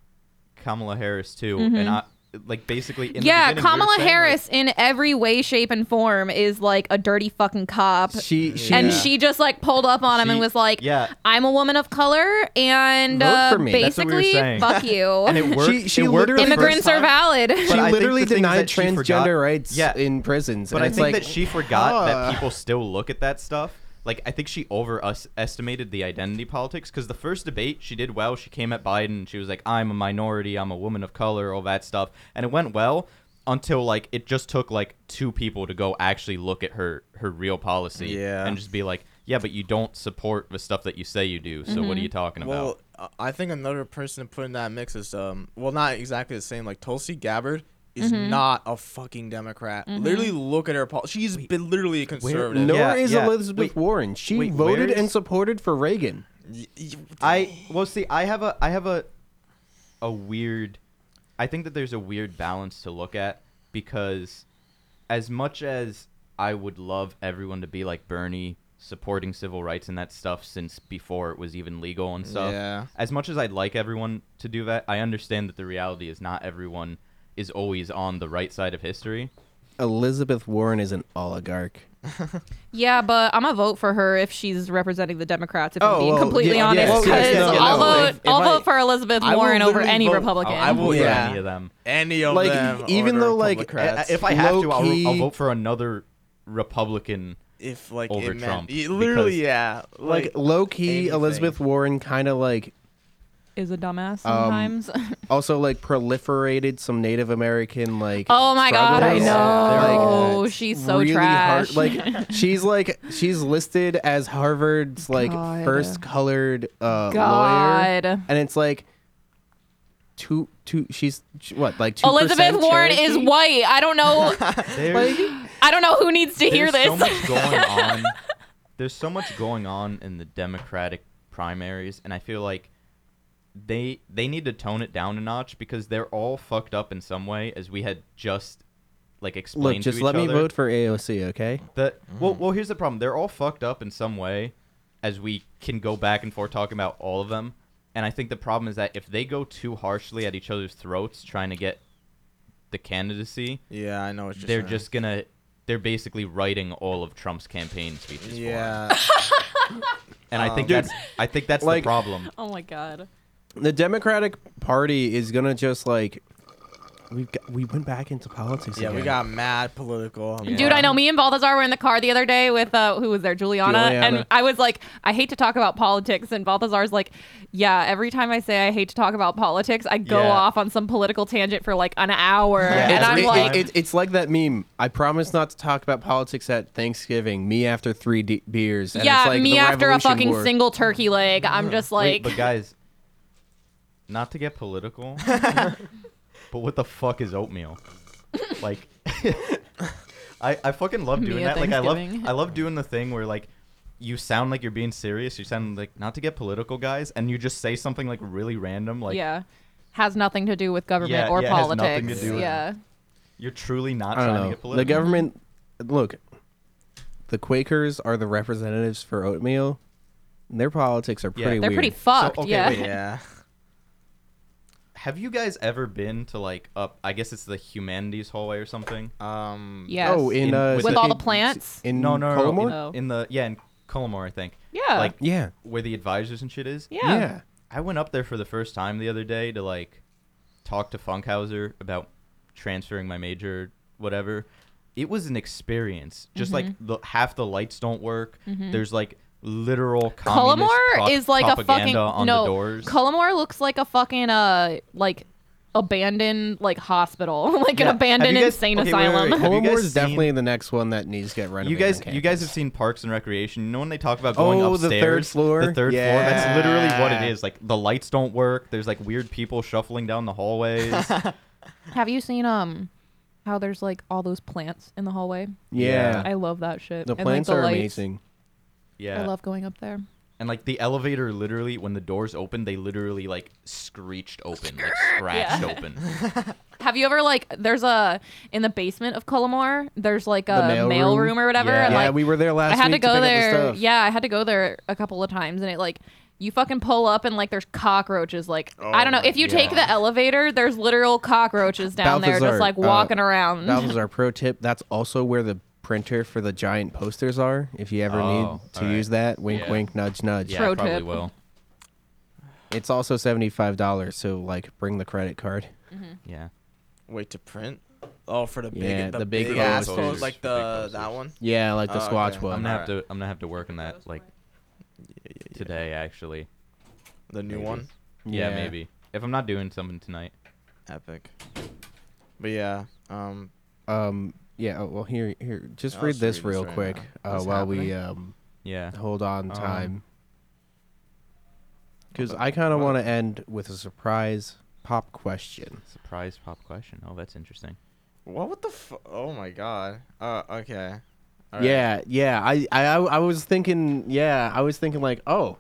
kamala harris too and i like basically. In the
Mm-hmm. yeah,
beginning, we were
Kamala
saying, like-
Harris in every way, shape, and form is like a dirty fucking cop.
She, she
and she just like pulled up on him and
She-
was like,
yeah.
I'm a woman of color and
Vote
uh,
for me." That's
what we were
basically
saying.
fuck you.
and it worked.
She- she
it worked
literally-
the
Immigrants
first time,
are valid.
but I
she
think
literally
the things
denied
that she
transgender
forgot-
rights
Yeah.
in prisons.
But
and
I
it's
think
like,
that she forgot
ah.
that people still look at that stuff. Like I think she overestimated the identity politics because the first debate she did well. She came at Biden. She was like, "I'm a minority. I'm a woman of color. All that stuff," and it went well until like it just took like two people to go actually look at her her real policy
Yeah.
and just be like, "Yeah, but you don't support the stuff that you say you do. So
Mm-hmm.
what are you talking about?"
Well, I- I think another person to put in that mix is um, well, not exactly the same. Like Tulsi Gabbard is
Mm-hmm.
not a fucking Democrat. Literally, look at her. Pol- she's been literally a conservative.
nor
Yeah,
is
yeah.
Elizabeth
Wait,
Warren. She
wait,
voted
where
and
is-
supported for Reagan.
I well see I have a I have a a weird I think that there's a weird balance to look at because as much as I would love everyone to be like Bernie supporting civil rights and that stuff since before it was even legal and stuff.
Yeah.
As much as I'd like everyone to do that, I understand that the reality is not everyone is always on the right side of history.
Elizabeth Warren is an oligarch.
yeah, but I'm gonna vote for her if she's representing the Democrats. If
Oh,
I'm being
well,
completely
yeah,
honest,
yeah,
because
yeah, yeah, yeah,
I'll
no,
vote.
if- if
I'll
I-
vote for Elizabeth
I will
Warren over
literally
any
vote-
Republican.
I will
For
yeah.
any of them.
any of
Like,
them.
e-,
even
or the
though, like,
Republicans.
If I have to, I'll, I'll
Low-key-
vote for another Republican.
if like
over
it meant-
Trump,
it literally,
because-
yeah, like
Like low key,
anything.
Elizabeth Warren kind of like
Is a
um,
dumbass sometimes.
also like proliferated some Native American like.
oh my god, I
struggles. Like, uh,
know she's so
really hard-
trash.
Like she's like she's listed as Harvard's like
God.
first colored uh,
God.
lawyer, and it's like two two. She's she- what like two.
Elizabeth Warren is white. I don't know.
There's-
I don't know who needs to hear
There's
this.
so much going on. There's so much going on in the Democratic primaries, and I feel like they they need to tone it down a notch because they're all fucked up in some way, as we had just like explained.
Look,
to
just
each
let me
other.
vote Mm. for AOC, okay?
The well, well, here's the problem. They're all fucked up in some way, as we can go back and forth talking about all of them. And I think the problem is that if they go too harshly at each other's throats trying to get the candidacy,
yeah, I know what you're
they're
saying.
just gonna they're basically writing all of Trump's campaign speeches for him.
yeah.
And I think
Dude,
that's I think that's
like-
the problem.
oh my god.
The Democratic Party is gonna just like we've got, we went back into politics.
Yeah, we
again.
got mad political. I'm
Dude,
like,
I know me and Balthazar were in the car the other day with uh, who was there, Juliana,
Juliana.
and I was like, I hate to talk about politics, and Balthazar's like, Yeah, every time I say I hate to talk about politics, I go
Yeah.
off on some political tangent for like an hour,
Yeah.
and
It's,
I'm
it-
like,
it- it- it's like that meme. I promise not to talk about politics at Thanksgiving. Me after three de- beers. And
Yeah,
it's like
me
the
after a
Revolution
fucking
War.
single turkey leg, I'm just
Wait,
like,
but guys, not to get political, but what the fuck is oatmeal? Like I, I fucking love doing
Me at
that. Like I love
Thanksgiving.
I love doing the thing where like you sound like you're being serious. You sound like not to get political, guys, and you just say something like really random. Like
yeah, has nothing to do with government
Yeah,
or
yeah, has
politics.
nothing to do with-
yeah,
you're truly not
I
trying
don't
to
know.
get political.
The government, look, the Quakers are the representatives for oatmeal. Their politics are
Yeah.
pretty
they're
weird.
pretty fucked.
okay,
yeah,
wait,
Yeah.
Have you guys ever been to like up? I guess it's the humanities hallway or something.
Um.
yes.
Oh, in,
In-
uh,
with
with
the-
all the plants.
in
no, no, no, no, in,
Colmore?
Oh.
in the yeah, in Colmore, I think.
Yeah.
like
Yeah.
where the advisors and shit is.
Yeah.
yeah.
I went up there for the first time the other day to like talk to Funkhauser about transferring my major, whatever. It was an experience. Just like
Mm-hmm.
the, half the lights don't work. There's like literal communist
Cullimore
pro-
Mm-hmm. is like a
propaganda
fucking
on
no.
the doors.
Cullimore looks like a fucking uh like abandoned like hospital, like
Yeah.
an abandoned
Have you guys-
insane
okay, wait, wait,
asylum.
wait. Have you guys
Colmore is
seen-
definitely the next one that needs to get renovated.
You guys,
on
you guys
campus.
have seen Parks and Recreation. You know when they talk about going
Oh, the third
upstairs,
floor?
the third floor. That's literally what
Yeah.
it is. Like the lights don't work. There's like weird people shuffling down the hallways.
Have you seen um how there's like all those plants in the hallway?
Yeah.
I love that shit.
The
And, like,
plants
the
are
lights.
amazing.
yeah,
I love going up there.
and like the elevator, literally when the doors open, they literally like screeched open, like scratched
Yeah.
open.
Have you ever like there's a in the basement of Cullimore, there's like a
mail
uh, mail
room?
room or whatever.
Yeah.
and,
Yeah,
like,
we were there
I
last
had to
week
go
pick up the
there.
stuff.
yeah, I had to go there a couple of times, and it like You fucking pull up and like there's cockroaches. Like I
Oh
don't know if you take the elevator, there's literal cockroaches down there
Balthazar,
just like
uh,
walking around.
That was our pro tip. That's also where the printer for the giant posters are. If you ever
Oh,
need to
alright.
use that, wink,
Yeah.
wink, nudge, nudge.
Yeah,
Pro
I probably
tip.
will.
It's also seventy five dollars. So like, bring the credit card.
Yeah.
Wait to print? Oh, for the big,
Yeah,
the,
the
big,
big
ass
posters.
photos,
The
like
big
the
posters.
that one.
Yeah, like the
Oh,
swatch
okay.
I'm
one.
gonna have
Alright.
to. I'm gonna have to work on that like today actually.
The new
Maybe.
one.
Yeah.
Yeah.
maybe. If I'm not doing something tonight.
Epic. But yeah, um,
Um. Yeah. oh, Well, here, here. Just
I'll
read
just
this
read this
real
right
quick
now.
uh,
What's
while we
happening?
um
Yeah.
hold on
Um,
time. Because I kind of want to end with a surprise pop question.
Surprise pop question. Oh, that's interesting.
what? What the? Fu- oh my god. Uh, okay. All right.
Yeah, yeah. I, I, I was thinking. Yeah, I was thinking like, oh,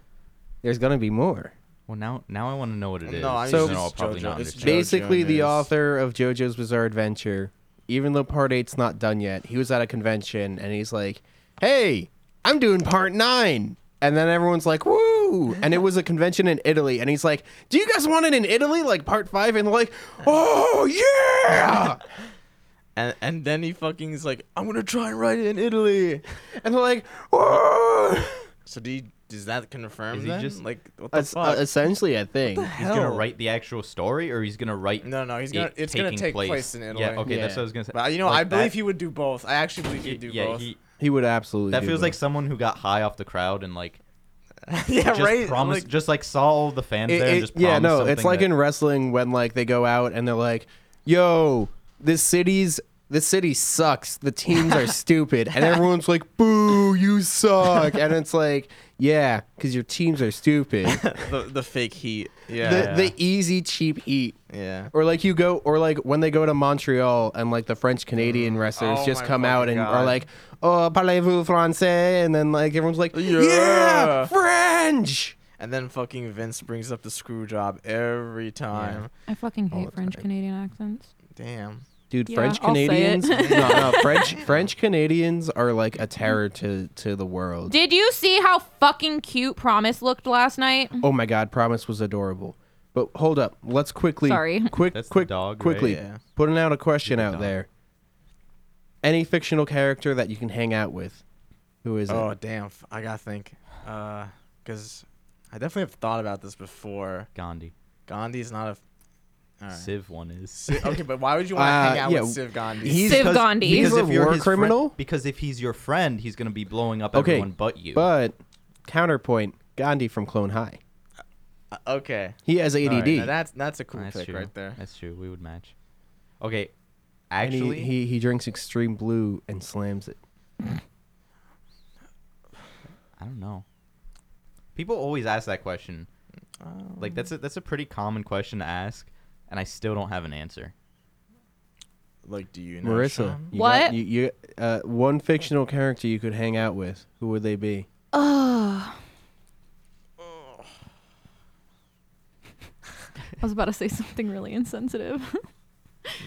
there's gonna be more.
Well, now now I want to know what it is.
No, I
So-
then I'll
it's
probably
JoJo.
not
It's
understand.
JoJo
Basically, the
news.
author of JoJo's Bizarre Adventure, even though part eight's not done yet, he was at a convention and he's like, "Hey, I'm doing part nine. And then everyone's like, "Woo!" And it was a convention in Italy, and he's like, "Do you guys want it in Italy, like part five? And like, "Oh yeah!"
And and then he fucking is like, I'm gonna try and write it in Italy.
and they're like, oh! "Whoa!"
So do you, does that confirm
Is he
then?
just-
like what the
Es-
fuck?
uh, essentially, I think.
He's gonna write the actual story, or he's gonna write.
No, no, he's gonna-
it
it's gonna
taking
take place in Italy.
Yeah. Okay,
Yeah.
that's what I was gonna say.
But you know,
Like
I believe
that-
he would do both. I actually believe he'd do
yeah,
both.
he.
He would absolutely.
That
do
feels
that.
like someone who got high off the crowd and like
yeah,
just
right.
promised,
like-
just like saw all the fans
It-
there
it-
and just promised
yeah, no, it's
something
like
that-
in wrestling when like they go out and they're like, "Yo, this city's this city sucks. The teams are stupid," and everyone's like, "Boo, you suck!" And it's like, "Yeah, because your teams are stupid."
the, the fake heat. Yeah.
The, the easy, cheap eat.
yeah.
Or like you go, or like when they go to Montreal and like the French Canadian wrestlers
Oh
just
my
come out
fucking
and are
God.
like, "Oh, parlez-vous français?" And then like everyone's like,
Yeah.
"Yeah, French."
And then fucking Vince brings up the screw job every time.
I fucking
Oh,
all the
hate French
time.
Canadian accents.
Damn.
Dude,
Yeah,
French
I'll say it.
Canadians. no, no, French French Canadians are like a terror to to the world.
Did you see how fucking cute Promise looked last night?
Oh my God, Promise was adorable. But hold up, let's quickly,
Sorry.
quick,
That's the
quick,
dog, right?
quickly,
Yeah.
putting out a question out
dog.
there. Any fictional character that you can hang out with, who is
Oh
it?
damn. F- I gotta think. Uh, cause I definitely have thought about this before.
Gandhi.
Gandhi's not a. All right.
Civ one is.
Si- okay, but why would you want to
Uh,
hang out
yeah,
with Siv Gandhi?
he's-
Civ Gandhi.
because
if
a
you're
war
his friend-
criminal?
because if he's your friend, he's gonna be blowing up
Okay,
everyone but you.
But counterpoint, Gandhi from Clone High.
Uh, okay.
He has ADD.
All right, now that's that's a cool
That's
pick
true.
right there.
That's true. We would match. Okay.
and he-
Actually,
he, he drinks extreme blue and slams it.
I don't know. People always ask that question. Like that's a that's a pretty common question to ask, and I still don't have an answer.
Like, do you know
Marissa,
Sean?
you
What?
got- you, you uh, one fictional character you could hang out with? Who would they be?
Ugh. I was about to say something really insensitive.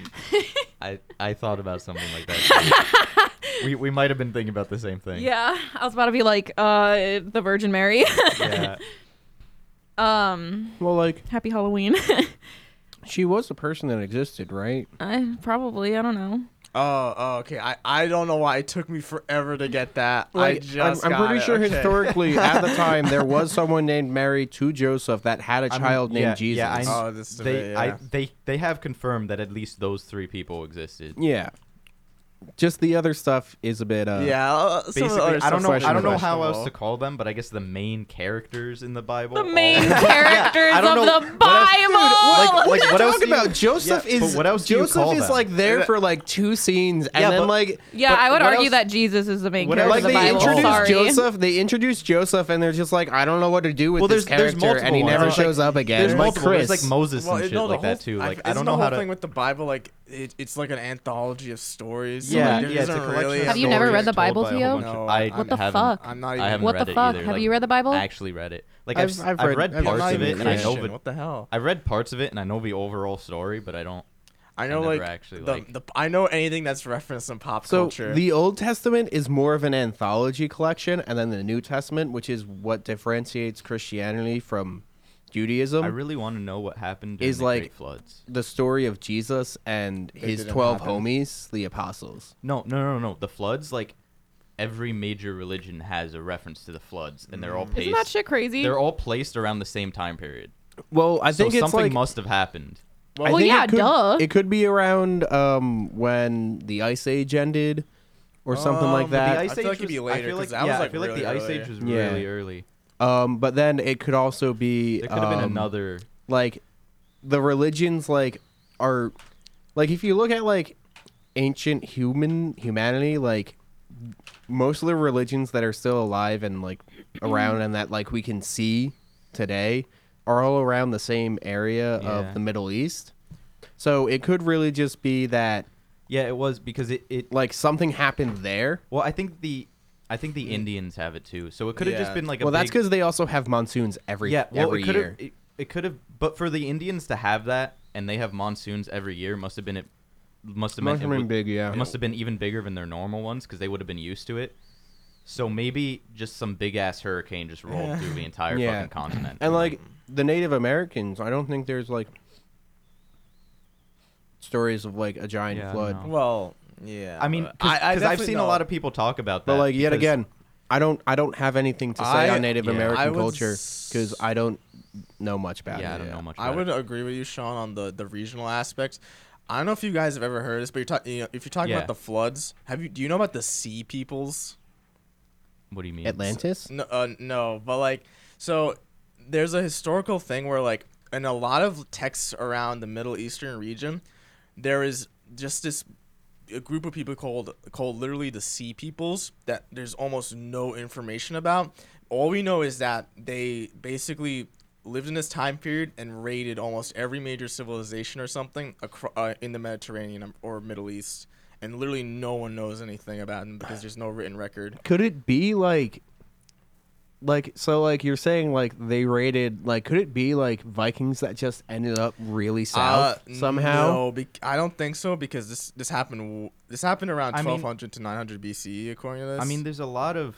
I I thought about something like that. too. we we might have been thinking about the same thing.
yeah, I was about to be like, uh, the Virgin Mary.
Yeah.
um,
Well, like
Happy Halloween.
she was a person that existed, right?
I probably, I don't know.
Oh, oh, okay. I, I don't know why it took me forever to get that. I
Like,
just
I'm, I'm
got
pretty
it.
sure
Okay.
historically at the time there was someone named Mary to Joseph that had a
I mean,
child named
yeah,
Jesus.
Yeah, I,
Oh, this is a
they,
bit,
I,
yeah.
they they have confirmed that at least those three people existed.
Yeah. Just the other stuff is a bit. Uh,
Yeah. Uh, some of the
Basically,
other
I don't
stuff's
know. I
questionable.
don't know how else
questionable.
to call them, but I guess the main characters in the Bible.
The
all-
main characters
Oh. I
of
don't know
the
what else-
Bible.
like- like- what else
Talk
do you-
about Joseph
Yeah, but
is
what else do you
Joseph
call
is
them?
like there for like two scenes and
Yeah,
then
but-
like
yeah,
but
I
what
would argue
else-
that Jesus is the main
What
character
else-
like
of the
they
Bible.
introduced
Sorry.
Joseph, they introduced Joseph, and they're just like, I don't know what to do with
Well,
this
there's- there's
character, and he
multiple
never
ones.
shows up again.
There's
like
multiple.
Chris,
There's like Moses
Well,
and shit
no, the
like
whole-
that too.
I-
Like I,
isn't
don't
the
know
whole
how to.
thing with the Bible. Like it, it's like an anthology of stories. so,
Yeah,
like, there
yeah, it's a
isn't
collection
really
of
Have you never
stories
read the
told by a
Bible,
whole
Theo?
bunch of-
No,
I
What
the
haven't-
fuck?
I'm not
I
even.
haven't
What the
read it
fuck?
either.
Have
like,
you read the Bible?
Actually, read it. Like I've,
I've-
s-
I've
I've
read-
read
I've
parts
not
of
even
it, and I know
finished
the
What the hell?
I read parts of it and I know the overall story, but I don't.
I know
never
like
actually
the,
liked-
the I know anything that's referenced in pop
So
culture.
the Old Testament is more of an anthology collection, and then the New Testament, which is what differentiates Christianity from Judaism,
I really want to know what happened during
Is
the
like-
Great Floods.
the story of Jesus and his
didn't
twelve
happen.
homies, the apostles.
No, no, no, no. The floods, like every major religion has a reference to the floods, and they're all placed.
Isn't that shit crazy?
They're all placed around the same time period.
Well, I
So
think it's
something
like
must have happened.
I
Well,
think
yeah,
it could,
duh.
It could be around um, when the Ice Age ended, or something like
Um, but the
that.
Ice feel Age like it'd was- be later,
I feel
'cause
like,
that was,
yeah, I
like,
feel like
really
the Ice
early.
Age was
Yeah.
really early.
um, but then it could also be
There could have been
um,
another.
like the religions like are like if you look at like ancient human humanity like most of the religions that are still alive and like around and that like we can see today are all around the same area
Yeah.
of the Middle East. So it could really just be that
Yeah, it was because it, it
like something happened there.
Well, I think the I think the Indians have it too. So it could have just
Yeah.
been like a
Well, that's
big-
because they also have monsoons every
yeah. Well,
every
it could
year.
have it, it could have but for the Indians to have that and they have monsoons every year must have been it must have meant
Must have
it
been big, yeah.
It must have been even bigger than their normal ones because they would have been used to it. So maybe just some big ass hurricane just rolled through the entire
Yeah.
fucking continent.
And like the Native Americans, I don't think there's like stories of like a giant
Yeah, I
flood.
don't know.
well, yeah.
I mean,
but
because I've
definitely
seen a
know.
lot of people talk about that.
But like yet
because-
again, I don't I don't have anything to say
I-
on Native
yeah,
American
I would
culture
s-
because I don't know much about
Yeah, I
it.
don't know much.
I
about
would
it.
agree with you, Sean, on the the regional aspects. I don't know if you guys have ever heard this, but you're talking. You know, if you're talking
Yeah.
about the floods, have you? Do you know about the sea peoples?
What do you mean?
Atlantis.
No, uh, no, but like, so there's a historical thing where like in a lot of texts around the Middle Eastern region, there is just this a group of people called called literally the Sea Peoples that there's almost no information about. All we know is that they basically lived in this time period and raided almost every major civilization or something acro- uh, in the Mediterranean or Middle East. And literally, no one knows anything about them because there's no written record.
Could it be like like so like you're saying like they raided like could it be like Vikings that just ended up really south
Uh,
somehow?
No, bec I don't think so because this this happened w- this happened around
I mean-
1200 to 900 BCE according to this.
I mean, there's a lot of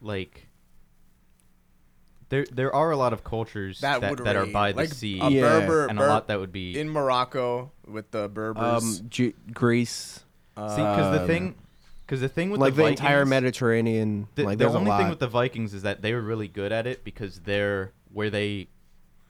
like there there are a lot of cultures that
That
that,
would
are
raid,
by the
like
sea,
a
Yeah.
Berber,
and a
Ber-
lot that would be
in Morocco with the Berbers.
Um, Ju- Greece,
see because the
um,
thing because the thing with
like the,
the,
entire
Vikings-
Mediterranean,
The,
like
the
there's a
only
lot.
thing with the Vikings is that they were really good at it because they're where they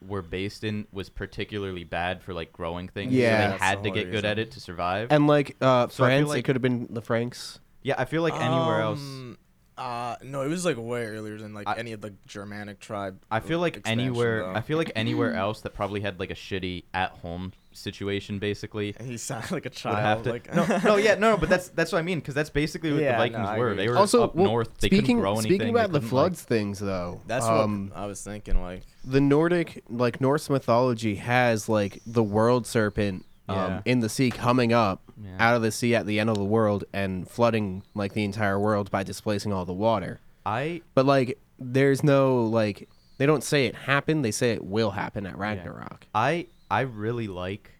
were based in was particularly bad for like growing things. so
Yeah.
they
That's
had
the
to
whole
get good
reason.
at it to survive.
And like uh,
So I feel
France, it
like-
could have been the Franks.
yeah, I feel like anywhere else,
Um, Uh, no, it was like way earlier than like
I-
any of the Germanic tribe.
I feel like
expansion,
anywhere,
though.
I feel like anywhere else that probably had like a shitty at home situation basically.
and he sounded like a
would
child.
have to.
like,
no, no, yeah, no, but that's that's what I mean because that's basically what
Yeah, no,
the Vikings
I
were.
agree.
They were
also
up
well,
north. They
speaking
couldn't grow anything.
speaking
they
about the
couldn't, like-
floods things though.
That's
um,
what I was thinking. Like,
the Nordic like Norse mythology has like the world serpent um,
Yeah.
in the sea coming up
Yeah.
out of the sea at the end of the world and flooding like the entire world by displacing all the water.
I
But like there's no like they don't say it happened. They say it will happen at Ragnarok.
I I really like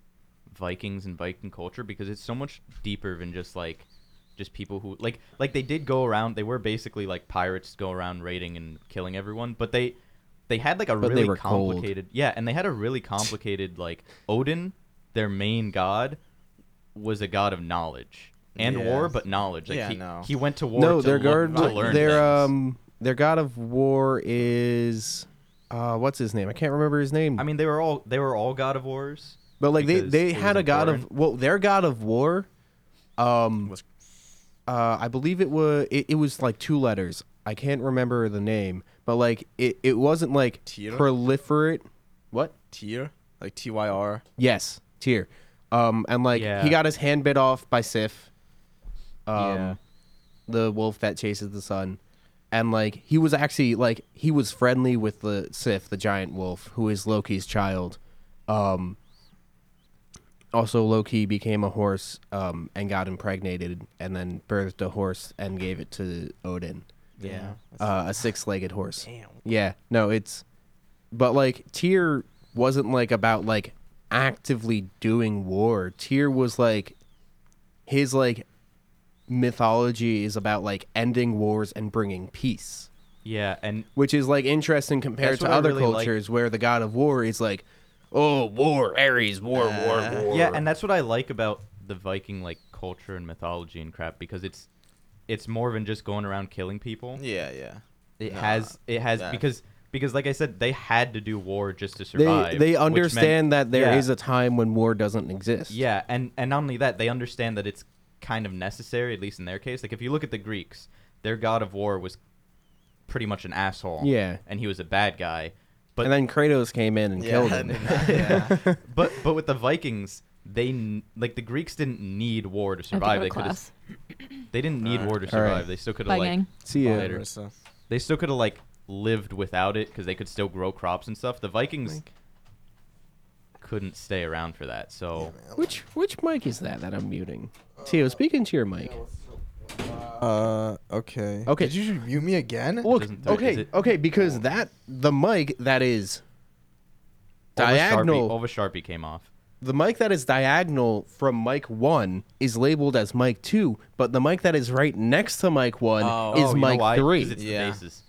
Vikings and Viking culture because it's so much deeper than just like just people who like like they did go around. They were basically like pirates go around raiding and killing everyone, but they they had like a
But they
really
were cold.
complicated yeah, and they had a really complicated like Odin, their main god, was a god of knowledge and
Yeah.
war, but knowledge. Like
Yeah,
he,
no.
he went to war.
No,
to
their
lear-
guard,
to learn
their
things.
um, their god of war is, uh, what's his name? I can't remember his name.
I mean, they were all they were all god of wars.
But like they
because
they
it was
had a god of
important.
well their god of war, um,
Was-
uh, I believe it was it, it was like two letters. I can't remember the name, but like it, it wasn't like
Tyr?
proliferate. What?
Tyr, like T Y R.
Yes, Tyr. Um, and like
Yeah.
he got his hand bit off by Sif, um,
Yeah.
the wolf that chases the sun, and like he was actually like he was friendly with the Sif, the giant wolf, who is Loki's child. Um, also, Loki became a horse um, and got impregnated, and then birthed a horse and gave it to Odin,
Yeah.
uh, a six-legged horse.
Damn.
Yeah, no, it's, but like Tyr wasn't like about like actively doing war. Tyr was like his like mythology is about like ending wars and bringing peace,
Yeah, and
which is like interesting compared
That's
to
what I
other
really like.
cultures where the god of war is like, oh, war, Ares, war, war, war.
yeah, and that's what I like about the Viking like culture and mythology and crap because it's it's more than just going around killing people.
Yeah, yeah.
It has it has
that-
because because like I said, they had to do war just to survive.
they they
which meant-
understand that there is
yeah,
a time when war doesn't exist.
yeah, and and not only that, they understand that it's kind of necessary, at least in their case. Like if you look at the Greeks, their god of war was pretty much an asshole.
Yeah.
and he was a bad guy. But
And then Kratos came in and killed him.
but but with the Vikings, they n- like the Greeks didn't need war to
I think
survive.
we're
They could
class.
have they didn't need war to
All right.
survive. They still could
Bye,
have like
gang.
See ya.
Later. they still could have like lived without it because they could still grow crops and stuff. The Vikings couldn't stay around for that. So
Which which mic is that that I'm muting? Tio, speak into your mic.
Uh, okay.
Okay.
Did you mute me again?
Look,
doesn't throw- is
okay,
it-
okay, because that the mic that is
all the Sharpie-
diagonal,
all the Sharpie came off.
the mic that is diagonal from mic one is labeled as mic two, but the mic that is right next to mic one
Oh.
is
you know
mic
why? 'Cause
three.
It's
Yeah.
the bases.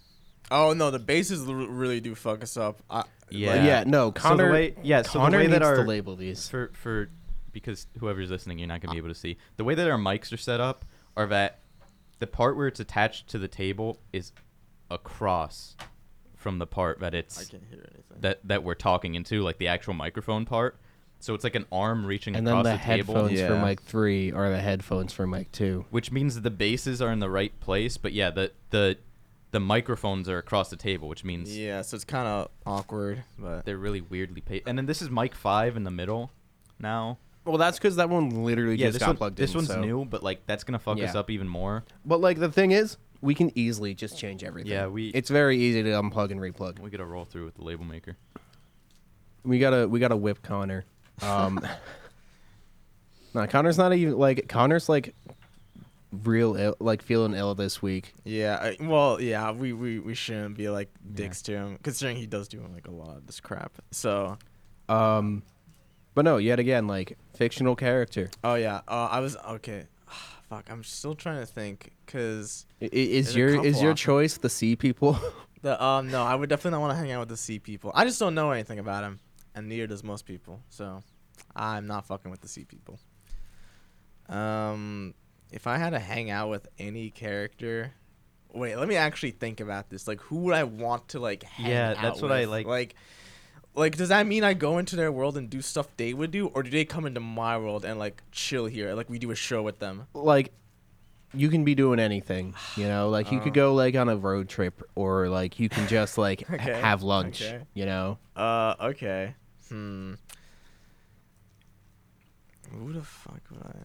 Oh no, the bases l- really do fuck us up. I,
Yeah.
yeah. no, Connor.
way- yeah, so the
Connor
way that
needs to
our-
label these.
for for because whoever's listening, you're not gonna be
Uh.
able to see the way that our mics are set up are that the part where it's attached to the table is across from the part that it's
hear anything.
that that we're talking into, like the actual microphone part. So it's like an arm reaching
and then
across
the,
table,
headphones for
Yeah.
mic three are the headphones for mic two.
which means that the bases are in the right place. But yeah, the the the microphones are across the table, which means
Yeah, so it's kind of awkward, but
they're really weirdly paced. And then this is mic five in the middle now.
Well, that's because that one literally
Yeah,
just
this,
got
one-
plugged in.
this one's
so-
new, but like that's gonna fuck us
Yeah.
up even more.
But like the thing is, we can easily just change everything.
Yeah, we-
It's very easy to unplug and replug.
We gotta roll through with the label maker.
We gotta we gotta whip Connor. Um, no, Connor's not even like Connor's like real ill, like feeling ill this week.
yeah. I, well, yeah, we, we we shouldn't be like dicks to him, considering he does do like a lot of this crap. So,
Um, but no, yet again, like fictional character.
oh yeah, uh, I was okay. Fuck, I'm still trying to think, cause
I- i- is
There's a
your
couple
is your
of them.
choice the sea people?
the um no, I would definitely not want to hang out with the sea people. I just don't know anything about him, and neither does most people. So, I'm not fucking with the sea people. Um, if I had to hang out with any character, wait, let me actually think about this. Like, who would I want to like? Hang
Yeah,
out
that's what I
with?
like.
Like, like does that mean I go into their world and do stuff they would do, or do they come into my world and like chill here, like we do a show with them?
like you can be doing anything, you know. Like you could go like on a road trip, or like you can just like h-
Okay,
have lunch,
okay.
you know.
Uh, okay. Hmm. Who the fuck would I?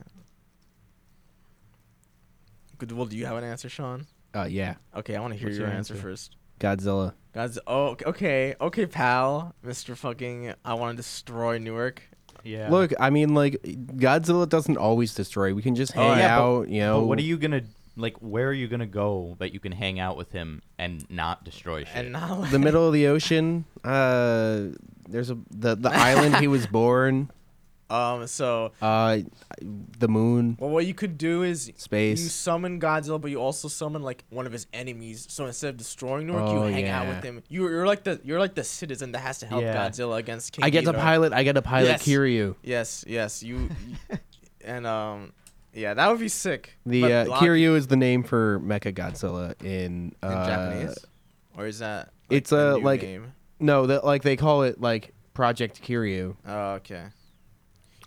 Good. Well, do you have an answer, Sean?
Uh, yeah,
Okay, I want to hear
What's
your,
your
answer,
answer?
first.
Godzilla.
Guys, oh, ok- okay, okay, pal, Mister Fucking, I want to destroy Newark.
Yeah.
Look, I mean, like Godzilla doesn't always destroy. We can just hang
yeah, but-
out, you know.
But what are you gonna like? Where are you gonna go that you can hang out with him and not destroy shit?
And now,
The middle of the ocean. Uh, there's a the the island he was born.
um, so
Uh, the moon.
well, what you could do is You
Space.
summon Godzilla, but you also summon like one of his enemies. So instead of destroying Newark,
Oh,
you hang out
yeah.
with him. You're, you're like the you're like the citizen that has to help
Yeah.
Godzilla against King.
I get to
Ghidorah.
pilot. I get to pilot
Yes.
Kiryu.
Yes, yes, you, you- and um, yeah, that would be sick.
The
But
uh,
Lock-
Kiryu is the name for Mecha Godzilla in,
in
uh,
Japanese, or is that
it's
the
a,
new
like-
name?
No, that like they call it like Project Kiryu.
Oh, okay,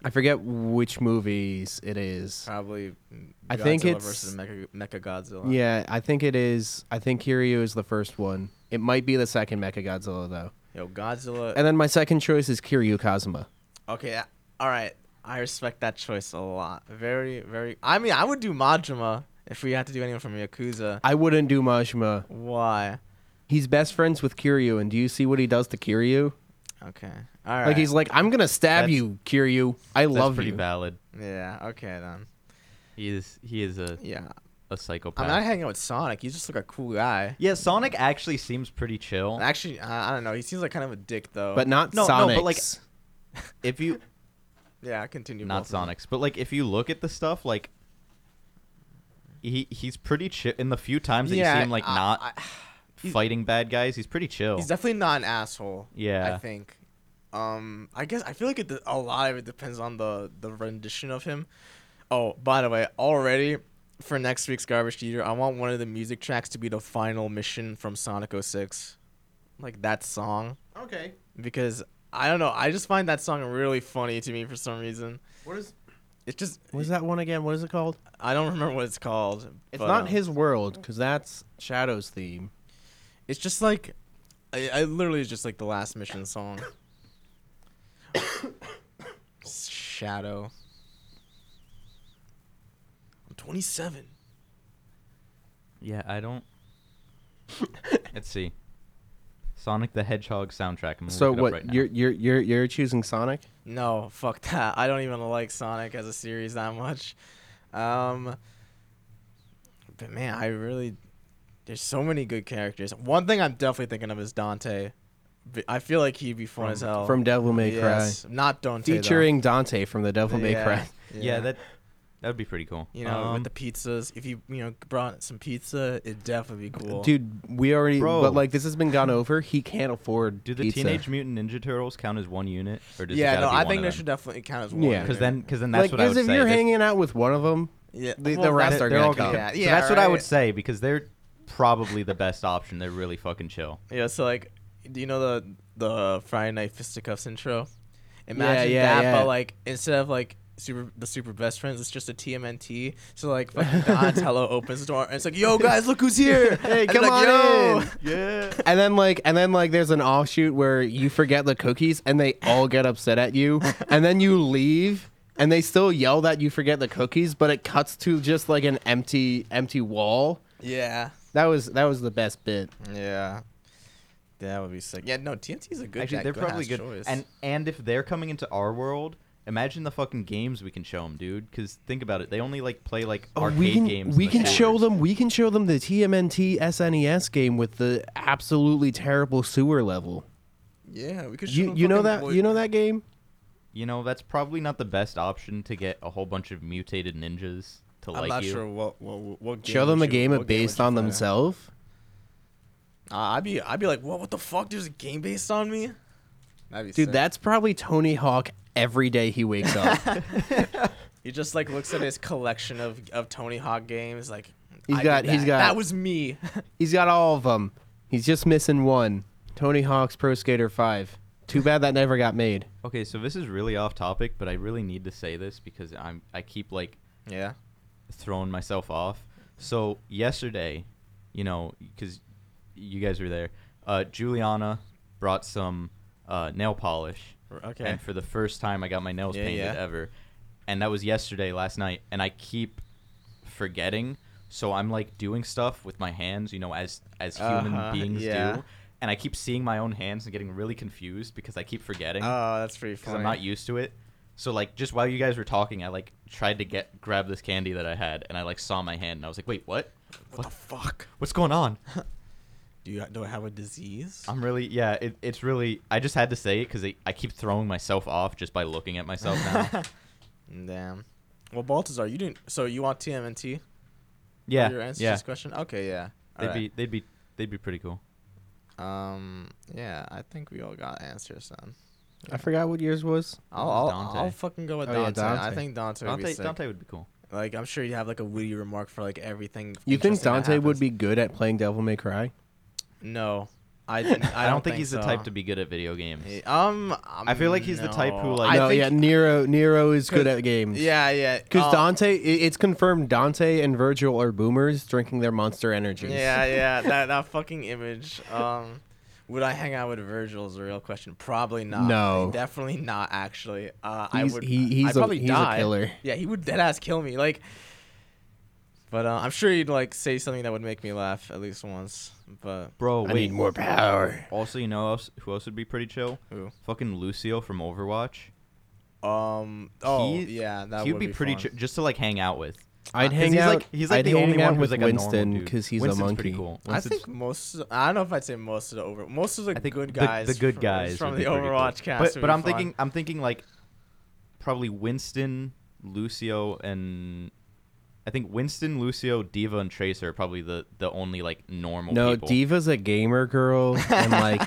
I forget which movies it is.
probably. mm,
I think
Godzilla
it's-
versus Mecha, Mecha Godzilla.
Yeah, I think it is. I think Kiryu is the first one. It might be the second Mecha Godzilla though.
yo, Godzilla.
And then my second choice is Kiryu Kazuma.
okay, a- all right, I respect that choice a lot. Very, very. I mean, I would do Majima if we had to do anyone from Yakuza.
I wouldn't do Majima.
Why?
He's best friends with Kiryu, and do you see what he does to Kiryu?
Okay, all right.
Like he's like, I'm gonna stab
That's-
you, Kiryu. I
That's
love
pretty
you.
valid.
yeah, okay then.
He is he is a
Yeah,
a psychopath.
I'm not hanging out with Sonic. He's just like a cool guy.
yeah, Sonic actually seems pretty chill.
Actually, I, I don't know. He seems like kind of a dick though.
But not
No,
Sonic.
no, but, like,
if you
Yeah, continue.
not
Balthazar.
Sonics, but like if you look at the stuff, like he he's pretty chill. In the few times that you see him like
I-
not
I-
fighting bad guys, he's pretty chill.
he's definitely not an asshole.
Yeah.
I think. Um, I guess I feel like it de- a lot of it depends on the the rendition of him. Oh, by the way, already for next week's garbage theater, I want one of the music tracks to be the final mission from Sonic 06. Like that song
Okay.
because I don't know, I just find that song really funny to me for some reason.
What is?
It just
what is that one again? What is it called?
I don't remember what it's called.
It's
but,
uh,
not
um,
his world because that's Shadow's theme.
It's just like I, I literally is just like the last mission song. Shadow. I'm 27.
yeah, I don't. Let's see. Sonic the Hedgehog soundtrack. I'm gonna
So
look it up
what?
right now.
you're you're you're you're choosing Sonic?
No, fuck that. I don't even like Sonic as a series that much. Um But man, I really there's so many good characters. One thing I'm definitely thinking of is Dante. B- I feel like he'd be fun as hell.
From Devil May
yes, not Dante.
Cry,
though.
featuring Dante from the Devil May
Yeah,
Cry.
yeah. that that would be pretty cool.
you know,
Um,
with the pizzas. If you you know brought some pizza, it'd definitely be cool.
Dude, we already
Bro.
but like this has been gone over. He can't afford
do the
pizza.
Teenage Mutant Ninja Turtles count as one unit, or does
yeah, no, I think
they
that should definitely count as one.
Yeah.
Because then, because then that's
like,
what I would
if
say.
you're
That-
hanging out with one of them,
yeah,
the,
well,
the rest
that-
are
they're
gonna
all
come.
gonna
Yeah,
So
yeah,
that's what I would
right.
say because they're probably the best option. They're really fucking chill.
Yeah, so like, do you know the the Friday Night Fisticuffs intro? Imagine
yeah,
that,
yeah.
but like instead of like super the super best friends, it's just a TMNT. So like fucking Donatello opens the door and it's like, "Yo guys, look who's here!
Hey,
And
come
they're like,
on
"Yo!"
in. And then like and then like there's an offshoot where you forget the cookies and they all get upset at you and then you leave and they still yell that you forget the cookies but it cuts to just like an empty empty wall.
Yeah,
That was that was the best bit.
yeah, that would be sick. Yeah, no, TMNT's a good.
Actually,
that
they're
good-ass
probably good.
choice.
And and if they're coming into our world, imagine the fucking games we can show them, dude. Because think about it, they only like play like arcade
Oh, we can
games. in
we
the
can show
sewers.
them we can show them the TMNT SNES E game with the absolutely terrible sewer level.
yeah, we could. show
You
them
you know
fucking
that
Lloyd-
you know that game?
You know, that's probably not the best option to get a whole bunch of mutated ninjas to
I'm
like
not
you.
sure what what, what game
Show them
would
a
you-
game
what would
based
you
on
play?
themselves.
Uh, I'd be I'd be like, what? What the fuck? There's a game based on me. That'd be
Dude,
sick.
that's probably Tony Hawk every day he wakes up.
he just like looks at his collection of, of Tony Hawk games. Like
He's
I did
got- he's
that.
got-
that was me.
He's got all of them. He's just missing one. Tony Hawk's Pro Skater 5. Too bad that never got made.
Okay, so this is really off topic, but I really need to say this because I'm I keep like
yeah.
throwing myself off. So yesterday, you know, because you guys were there, uh, Juliana brought some uh, nail polish.
Okay.
And for the first time, I got my nails
Yeah,
painted
yeah.
ever, and that was yesterday, last night. And I keep forgetting, so I'm like doing stuff with my hands, you know, as as human
Uh-huh,
beings
yeah.
do. And I keep seeing my own hands and getting really confused because I keep forgetting
Oh, that's pretty
because
funny.
I'm not used to it. So like just while you guys were talking, I like tried to get grab this candy that I had, and I like saw my hand, and I was like, wait, what?
what the fuck?
What's going on?
Do you do I have a disease?
I'm really yeah. It, it's really I just had to say it because I keep throwing myself off just by looking at myself now.
Damn. Well, Baltazar, you didn't. So you want TMNT?
yeah,
Your answer to
yeah.
this question? Okay, yeah.
They'd
Alright.
be they'd be they'd be pretty cool.
Um. Yeah, I think we all got answers then.
I forgot what yours was.
I'll
What
I'll,
was Dante?
I'll fucking go with
Oh,
Dante.
yeah,
I
Dante.
think Dante. Would be
Dante
sick.
Dante would be cool.
Like I'm sure you have like a witty remark for like everything.
You think
interesting that
Dante would
happens.
be good at playing Devil May Cry?
No, I. didn't- I,
I, don't think, he's the type
so.
to be good at video games.
Eh, Um,
I feel like he's the type who,
no.
like-
I
no,
think-
yeah, Nero Nero is good at games.
yeah, yeah.
Because
um,
Dante, i- it's confirmed Dante and Virgil are boomers drinking their monster energies.
Yeah, yeah. That that fucking image. Um, would I hang out with Virgil is a real question. Probably not.
No.
definitely not. Actually, uh, I
He's-
would.
he-
I'd
he's a-
probably
he's a
die.
killer.
Yeah, he would dead ass kill me. Like, but uh, I'm sure he'd like say something that would make me laugh at least once. But
Bro,
I
wait.
need more power.
Also, you know else, who else would be pretty chill?
Who?
Fucking Lucio from Overwatch.
um, oh
He-
yeah, that
He'd
Oh, would
be, pretty
fun.
chill just to like hang out with.
I'd
Uh, 'Cause
hang
he's
out.
Like, he's like
I'd
the
hang
only
out
one who's
with
like a
Winston
normal dude.
because he's
Winston's
a monkey.
pretty cool.
I
Winston's-
think most. of- I don't know if I'd say most of the over. Most of the
I think
good
the-
guys.
the, good
from,
guys
from
would
the
be pretty cool.
Overwatch cast.
But,
would
but
be
I'm
fun.
thinking, I'm thinking like probably Winston, Lucio, and I think Winston, Lucio, Diva, and Tracer are probably the the only like normal.
No,
people.
Diva's a gamer girl, and like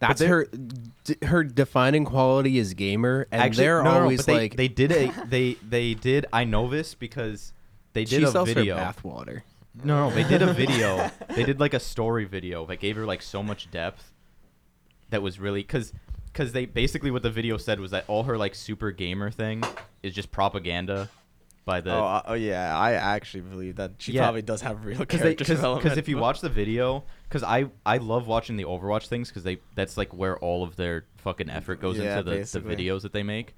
that's
they're-
her. D- her defining quality is gamer, and
Actually,
they're
no, no,
always
but they,
like
they did a they they did. I know this because they did
she
a
sells
video.
her bathwater.
No, no, they did a video. they did like a story video that gave her like so much depth. That was really because because they basically what the video said was that all her like super gamer thing is just propaganda by the
Oh, I- oh yeah, I actually believe that she
Yeah.
probably does have real
because
character development.
if you watch the video because I I love watching the Overwatch things because they that's like where all of their fucking effort goes
Yeah,
into the, the
basically.
videos that they make.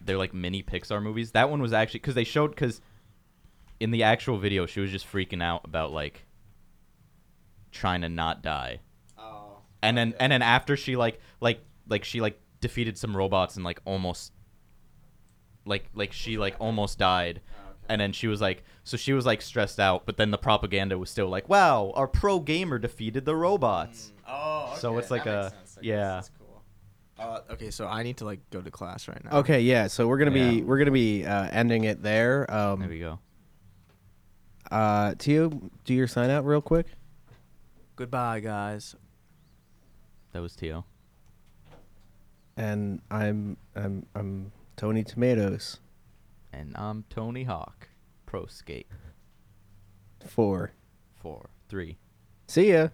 They're like mini Pixar movies. That one was actually because they showed because in the actual video she was just freaking out about like trying to not die,
Oh.
and then and then after she like like like she like defeated some robots and like almost like like she like almost died and then she was like so she was like stressed out but then the propaganda was still like wow our pro gamer defeated the robots
Oh,
So okay, it's like that a- makes sense, I guess, yeah. that's
Uh, okay, so I need to like go to class right now.
Okay, yeah. So we're gonna be
Yeah.
we're gonna be uh, ending it there.
there
Um,
we go
uh, Tio, do your sign out real quick.
Goodbye, guys.
that was Tio
and I'm I'm I'm Tony Tomatoes
and I'm Tony Hawk pro skate
for
4 3
see ya.